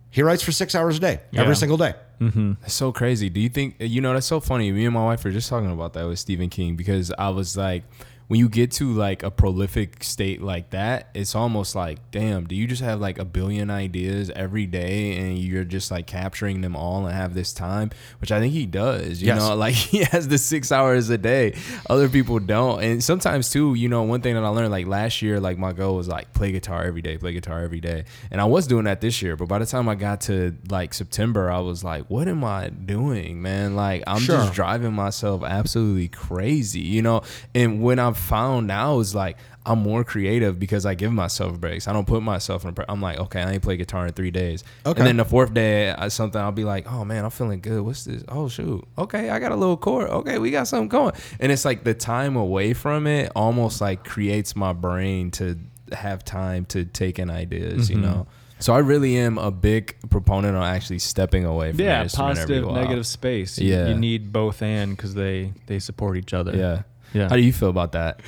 D: He writes for six hours a day, every single day.
A: That's so crazy. Do you think you know that's so funny? Me and my wife were just talking about that with Stephen King because I was like, when you get to like a prolific state like that, it's almost like, damn, do you just have like a billion ideas every day and you're just like capturing them all and have this time? Which I think he does. You
D: Yes.
A: know, like he has the six hours a day. Other people don't. And sometimes too, you know, one thing that I learned like last year, like my goal was like play guitar every day, play guitar every day. And I was doing that this year, but by the time I got to like September, I was like, what am I doing, man? Like I'm just driving myself absolutely crazy, you know? And when I've found now is like I'm more creative because I give myself breaks. I don't put myself in. A, pre- I'm like, okay, I ain't play guitar in three days.
D: Okay.
A: And then the fourth day, I, something I'll be like, oh man, I'm feeling good. What's this? Oh shoot, okay, I got a little chord. Okay, we got something going. And it's like the time away from it almost like creates my brain to have time to take in ideas.
E: Mm-hmm.
A: You know. So I really am a big proponent on actually stepping away from your
E: yeah,
A: instrument every
E: positive,
A: while.
E: negative space. You,
A: Yeah.
E: you need both and because they they support each other.
A: Yeah.
E: Yeah.
A: How do you feel about that?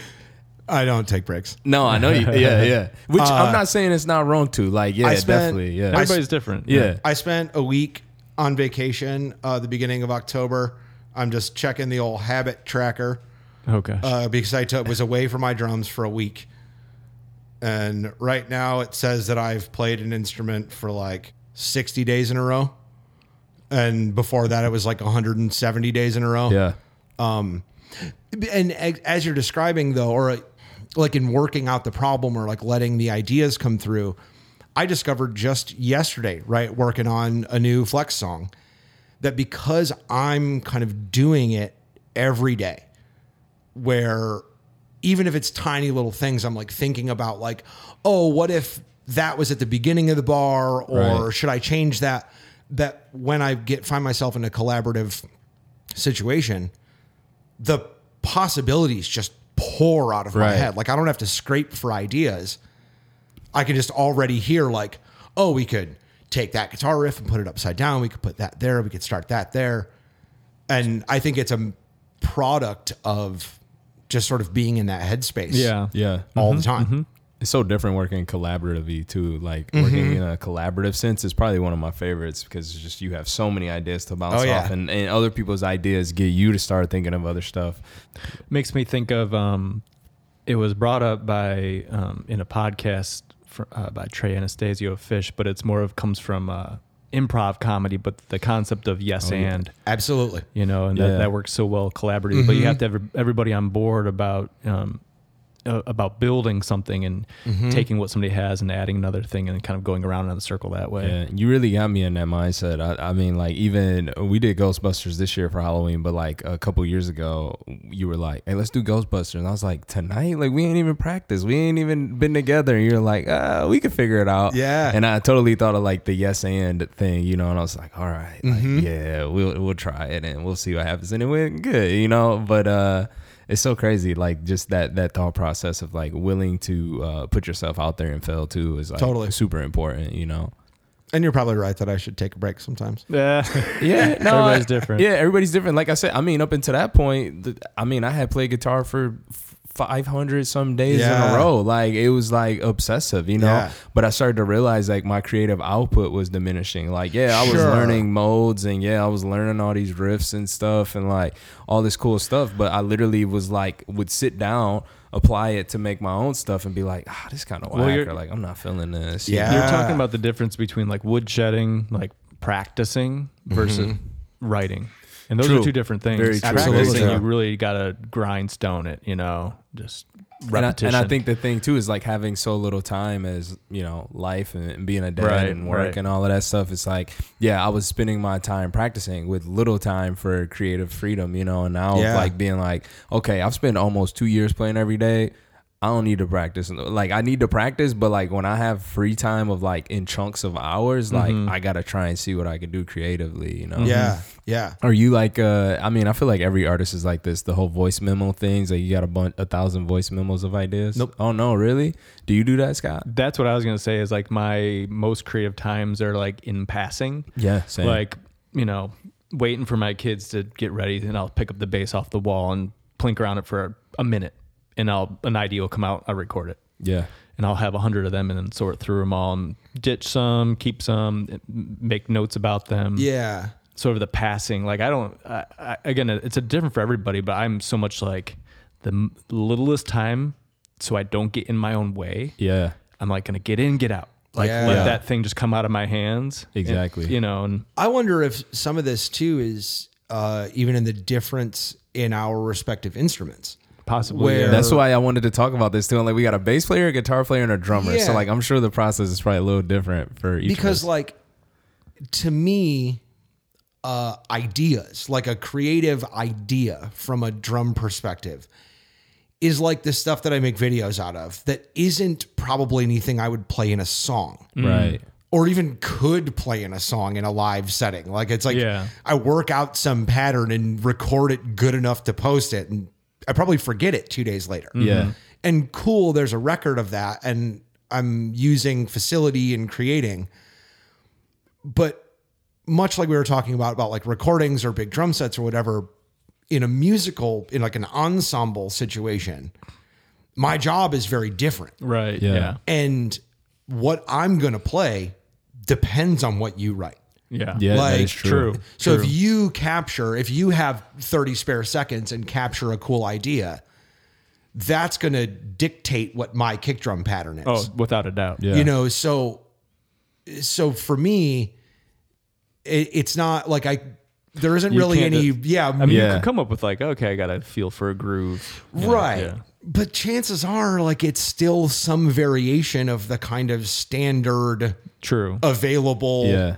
D: I don't take breaks.
A: No, I know you. Yeah, yeah. Which I'm not saying it's not wrong to. Like, yeah,
D: I spent-
A: definitely. Yeah,
D: I
E: Everybody's different.
A: yeah.
D: I spent a week on vacation uh, the beginning of October. I'm just checking the old habit tracker
E: Oh gosh.
D: uh, because I took was away from my drums for a week. And right now it says that I've played an instrument for like 60 days in a row. And before that, it was like 170 days in a row.
A: Yeah.
D: and a- as you're describing though or uh, like in working out the problem or like letting the ideas come through i discovered just yesterday right working on a new flex song that because i'm kind of doing it every day where even if it's tiny little things i'm like thinking about like oh what if that was at the beginning of the bar or
A: Right.
D: should i change that that when i get find myself in a collaborative situation the possibilities just pour out of my
A: Right.
D: head. Like I don't have to scrape for ideas. I can just already hear like, oh, we could take that guitar riff and put it upside down. We could put that there. We could start that there. And I think it's a product of just sort of being in that headspace.
E: yeah.
A: Yeah. Mm-hmm.
D: All the time.
A: Oh. It's so different working collaboratively too. Like working in a collaborative sense is probably one of my favorites because it's just you have so many ideas to bounce
D: Oh, yeah.
A: off, and, and other people's ideas get you to start thinking of other stuff.
E: makes me think of um, it was brought up by um, in a podcast fr uh, by Trey Anastasio of Fish, but it's more of comes from uh, improv comedy, but the concept of yes and
D: Absolutely.
E: you know, and
A: Oh, Yeah.
E: that, that works so well collaboratively. But
D: Mm-hmm.
E: you have to have ev- everybody on board about um, uh, about building something and
A: Mm-hmm.
E: taking what somebody has and adding another thing and kind of going around in a circle that way.
A: Yeah, you really got me in that mindset. I, I mean, like even uh, we did Ghostbusters this year for Halloween, but like a couple years ago, you were like, "Hey, let's do Ghostbusters," and I was like, "Tonight? Like we ain't even practiced. We ain't even been together." And you're like, "Ah, we can figure it out."
D: Yeah.
A: And I totally thought of like the yes and thing, you know, and I was like, "All right, like,
D: Mm-hmm.
A: yeah, we'll we'll try it and we'll see what happens." And it went good, you know, but uh. It's so crazy, like just that that thought process of like willing to uh, put yourself out there and fail too is like
D: Totally.
A: super important, you know.
D: And you're probably right that I should take a break sometimes.
A: Mm-hmm.
E: Yeah.
A: Yeah, no,
E: Everybody's
A: I-
E: different.
A: Yeah, everybody's different. Like I said, I mean, up until that point, th- I mean, I had played guitar for five hundred some days in
D: Yeah.
A: a row. Like it was like obsessive, you know.
D: Yeah.
A: But I started to realize like my creative output was diminishing. Like yeah, I was
D: Sure.
A: learning modes and yeah, I was learning all these riffs and stuff and like all this cool stuff. But I literally was like, would sit down. Apply it to make my own stuff and be like, ah, this kind of
E: Well,
A: whack,
E: you're-
A: or like, I'm not feeling this.
D: Yeah.
E: You're talking about the difference between like woodshedding, like practicing versus writing. And those
A: Mm-hmm. True.
E: are two different things.
A: Very true.
E: Practicing,
D: Absolutely true.
E: you really got to grindstone it, you know, just
A: And I,
E: repetition.
A: and I think the thing too is like having so little time as you know life and, and being a dad
E: Right,
A: and work
E: right.
A: and all of that stuff. It's like yeah, I was spending my time practicing with little time for creative freedom, you know. And now
D: Yeah.
A: like being like, okay, I've spent almost two years playing every day. I don't need to practice. Like I need to practice, but like when I have free time of like in chunks of hours, like
E: Mm-hmm.
A: I gotta try and see what I can do creatively, you know.
D: Yeah. Yeah.
A: Are you like uh I mean I feel like every artist is like this the whole voice memo things like you got a bunch a thousand voice memos of ideas? Nope. Oh no, really? Do you do that, Scott?
E: that's what I was going to say is like my most creative times are like in passing.
A: Yeah, same.
E: Like, you know, waiting for my kids to get ready and I'll pick up the bass off the wall and plink around it for a minute and I'll an idea will come out, I'll record it.
A: Yeah.
E: and I'll have a hundred of them and then sort through them all and ditch some, keep some, m- make notes about them.
D: Yeah.
E: Sort of the passing. Like I don't. I, I, again, it's a different for everybody, but I'm so much like the m- littlest time so I don't get in my own way.
A: Yeah.
E: I'm like gonna get in, get out. Like
D: Yeah.
E: let
D: Yeah.
E: that thing just come out of my hands. And,
A: Exactly.
E: you know, and
D: I wonder if some of this too is uh, even in the difference in our respective instruments.
E: possibly
D: Where-
E: yeah.
A: That's why I wanted to talk about this too. I'm like, we got a bass player, a guitar player, and a drummer. So
D: Yeah.
A: like, I'm sure the process is probably a little different for each.
D: because
A: of us.
D: like to me uh ideas like a creative idea from a drum perspective is like the stuff that i make videos out of that isn't probably anything i would play in a song
A: Mm. right,
D: or even could play in a song in a live setting like it's like
E: Yeah.
D: i work out some pattern and record it good enough to post it and i probably forget it two days later
A: yeah,
D: and cool there's a record of that and i'm using facility and creating but much like we were talking about about like recordings or big drum sets or whatever in a musical in like an ensemble situation my job is very different
E: right.
A: Yeah.
E: Yeah.
D: and what i'm going to play depends on what you write
E: Yeah.
A: yeah, that
D: Like,
A: is true.
E: True.
D: so if you capture, if you have 30 spare seconds and capture a cool idea, that's going to dictate what my kick drum pattern is.
E: Oh, without a doubt.
A: Yeah.
D: You know, so so for me it, it's not like I there isn't really
E: can't
D: any
E: just-
D: yeah,
E: I mean,
A: Yeah.
E: you could come up with like, okay, I got to feel for a groove. you know,
D: right.
E: yeah.
D: But chances are like it's still some variation of the kind of standard
E: True.
D: available
A: Yeah.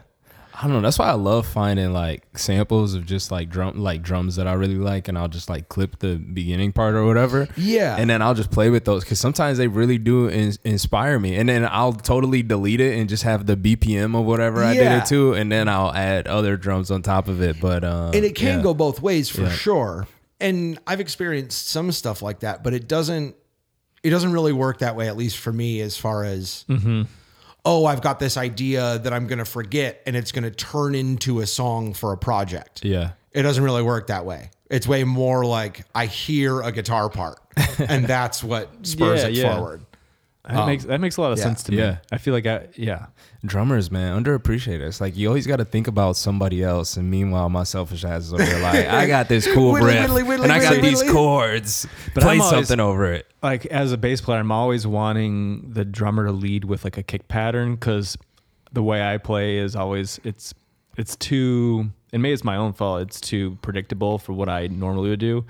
A: I don't know. That's why I love finding like samples of just like drum, like drums that I really like, and I'll just like clip the beginning part or whatever.
D: Yeah.
A: and then I'll just play with those because sometimes they really do in- inspire me. And then I'll totally delete it and just have the BPM of whatever I did
D: Yeah.
A: it to, and then I'll add other drums on top of it. But um,
D: and it can
A: yeah.
D: go both ways for sure and i've experienced some stuff like that but it doesn't it doesn't really work that way at least for me as far as
E: Mm-hmm.
D: oh i've got this idea that i'm going to forget and it's going to turn into a song for a project
A: Yeah,
D: it doesn't really work that way it's way more like i hear a guitar part and that's what spurs
E: Yeah,
D: it
E: yeah.
D: forward
E: That makes that makes a lot of
D: yeah.
E: sense to me.
A: Yeah.
E: I feel like I yeah.
A: drummers, man, underappreciated. It's like you always got to think about somebody else, and meanwhile, my selfish ass is over here like, I got this cool
D: Whittly,
A: riff,
D: whittly, whittly,
A: and I got
D: whittly,
A: these
D: whittly.
A: chords. Play
E: I'm always-
A: something over it.
E: Like as a bass player, I'm always wanting the drummer to lead with like a kick pattern because the way I play is always it's it's too and maybe it's my own fault. It's too predictable for what I normally would do.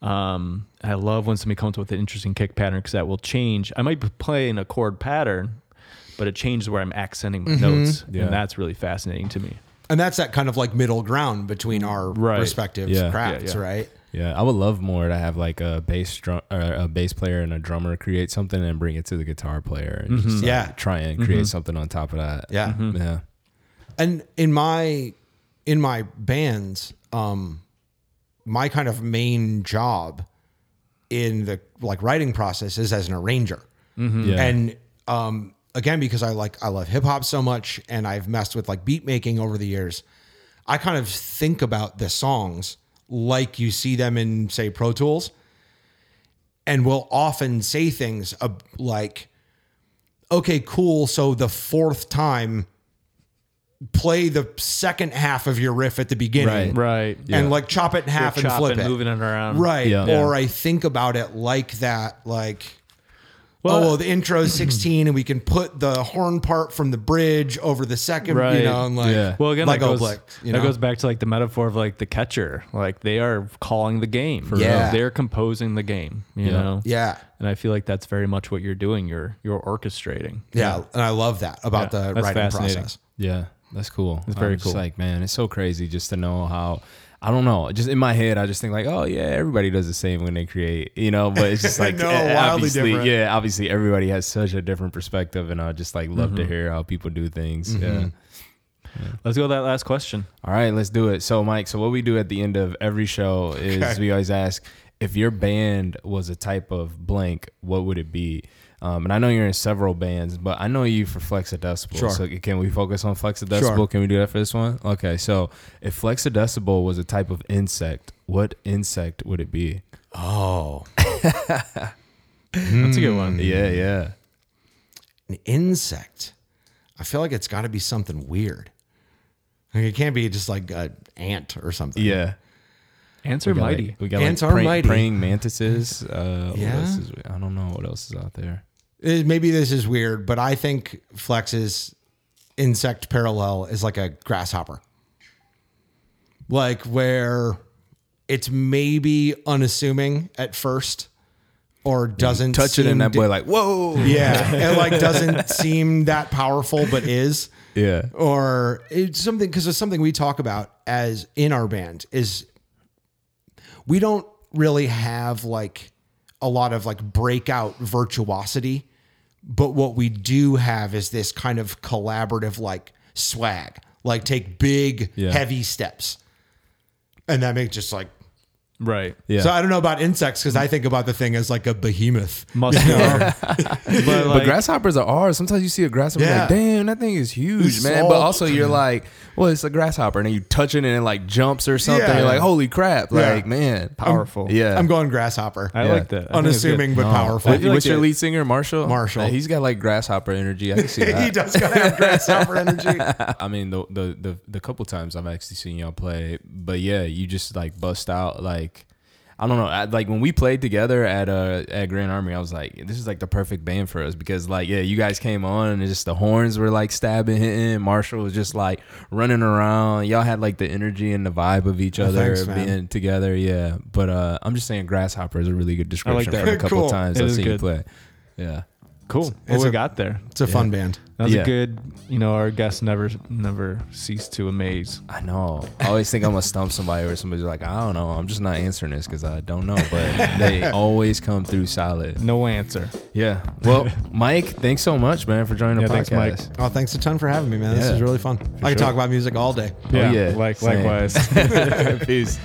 E: Um, I love when somebody comes up with an interesting kick pattern because that will change. I might be playing a chord pattern, but it changes where I'm accenting my notes,
A: Yeah.
E: and that's really fascinating to me.
D: and that's that kind of like middle ground between our
E: Right.
D: respective
A: Yeah. Yeah,
D: crafts
E: yeah.
D: right
A: Yeah, I would love more to have like a bass drum or a bass player and a drummer create something and bring it to the guitar player and just like,
D: Mm-hmm. Yeah. Mm-hmm.
A: try and create something on top of that.
D: Yeah.
E: Mm-hmm.
A: Yeah.
D: and in my in my bands um my kind of main job in the like writing process is as an arranger
E: Mm-hmm.
A: Yeah.
D: and um again because i like i love hip hop so much and i've messed with like beat making over the years i kind of think about the songs like you see them in say pro tools and will often say things ab- like okay cool so the fourth time play the second half of your riff at the beginning
A: Right.
E: Right.
D: and like chop it in half and flip it
E: moving it around.
D: Right.
A: Um, Yeah.
D: Or I think about it like that, like,
E: Well-
D: oh, well, the intro is 16 and we can put the horn part from the bridge over the second, you
E: Right.
D: know, and like,
A: Yeah.
E: Well, again,
D: like
E: that, goes,
D: Oblick, you
E: that
D: know?
E: goes back to like the metaphor of like the catcher. Like they are calling the game. For
D: Yeah. real.
E: They're composing the game, you
A: Yeah.
E: know?
D: yeah,
E: And I feel like that's very much what you're doing. You're you're orchestrating.
D: yeah. And I love that about
E: Yeah,
D: the
E: that's
D: writing
E: fascinating.
D: process.
A: Yeah, that's cool. It's
E: very cool.
A: Like, man, it's so crazy just to know how. I don't know. Just in my head, I just think like, oh yeah, everybody does the same when they create, you know. But it's just like,
D: No,
A: eh,
D: wildly
A: obviously,
D: different.
A: yeah, obviously, everybody has such a different perspective, and I just like love
D: Mm-hmm.
A: to hear how people do things. Yeah.
E: Let's go to that last question.
A: All right, let's do it. So, Mike, so what we do at the end of every show is we always ask if your band was a type of blank, what would it be? Um, and I know you're in several bands, but I know you for Flexidecibel.
D: Sure.
A: So, can we focus on Flexidecibel?
D: Sure.
A: Can we do that for this one? Okay, so if Flexidecibel was a type of insect, what insect would it be?
D: Oh,
E: That's a good one.
A: Mm, Yeah, yeah.
D: an insect. I feel like it's got to be something weird. Like, it can't be just like an ant or something.
A: Yeah.
E: Ants
A: We
E: are
A: got, like-
E: mighty.
A: we got
D: Ants
A: like
D: are
A: praying,
D: mighty.
A: praying mantises. Uh, what
D: Yeah.
A: else is, I don't know what else is out there.
D: Uh, maybe this is weird, but I think Flex's insect parallel is like a grasshopper. Like where it's maybe unassuming at first or doesn't
A: Touch it and
D: seem
A: that
D: to-
A: boy like whoa.
D: yeah, it like doesn't seem that powerful but is
A: Yeah.
D: or it's something because it's something we talk about as in our band is we don't really have like a lot of like breakout virtuosity but what we do have is this kind of collaborative like swag like take big
A: Yeah.
D: heavy steps and that makes just like
E: Right.
A: Yeah.
D: so i don't know about insects because i think about the thing as like a behemoth
E: Muscular. but
A: but grasshoppers are ours. Sometimes you see a grasshopper, you're like,
D: Yeah.
A: damn, that thing is huge,
D: It's
A: man.
D: all-
A: But also, you're like, well, it's a grasshopper, and then you touch it and it like jumps or something.
D: Yeah.
A: You're like, holy crap,
D: Yeah.
A: like man,
B: Powerful.
A: um, yeah.
D: i'm going grasshopper
B: I
A: Yeah.
B: like that. I think that's good.
D: unassuming but powerful
A: What's your lead singer, Marshall?
D: Marshall.
A: Uh, he's got like grasshopper energy. I can see
D: he
A: that.
D: does gotta have grasshopper energy
A: I mean, the, the the the couple times I've actually seen y'all play, but yeah, you just like bust out like. I don't know. I, like when we played together at uh at Grand Army, I was like, this is like the perfect band for us because like yeah, you guys came on and it's just the horns were like stabbing, hitting. Marshall was just like running around. Y'all had like the energy and the vibe of each other
D: thanks, man.
A: being together. Yeah, but uh, I'm just saying, Grasshopper is a really good description
B: that.
A: for a couple
D: Cool.
A: times
E: It
A: I've
E: is
A: seen you
E: good.
A: play. Yeah.
E: cool. What
D: It's
E: we
D: a-
E: got there?
D: it's a fun band
E: That was
A: Yeah.
E: a good. You know, our guests never never cease to amaze.
A: I know. I always think I'm gonna stump somebody or somebody's like, I don't know. I'm just not answering this because I don't know. But they always come through solid.
E: No answer.
A: Yeah. Well, Mike, thanks so much, man, for joining the
E: Yeah,
A: podcast.
E: thanks, Mike.
D: Oh, thanks a ton for having me, man. This
A: Yeah.
D: is really fun. I could talk about music all day.
A: Oh, yeah.
E: Like
A: Same.
E: likewise.
A: Peace.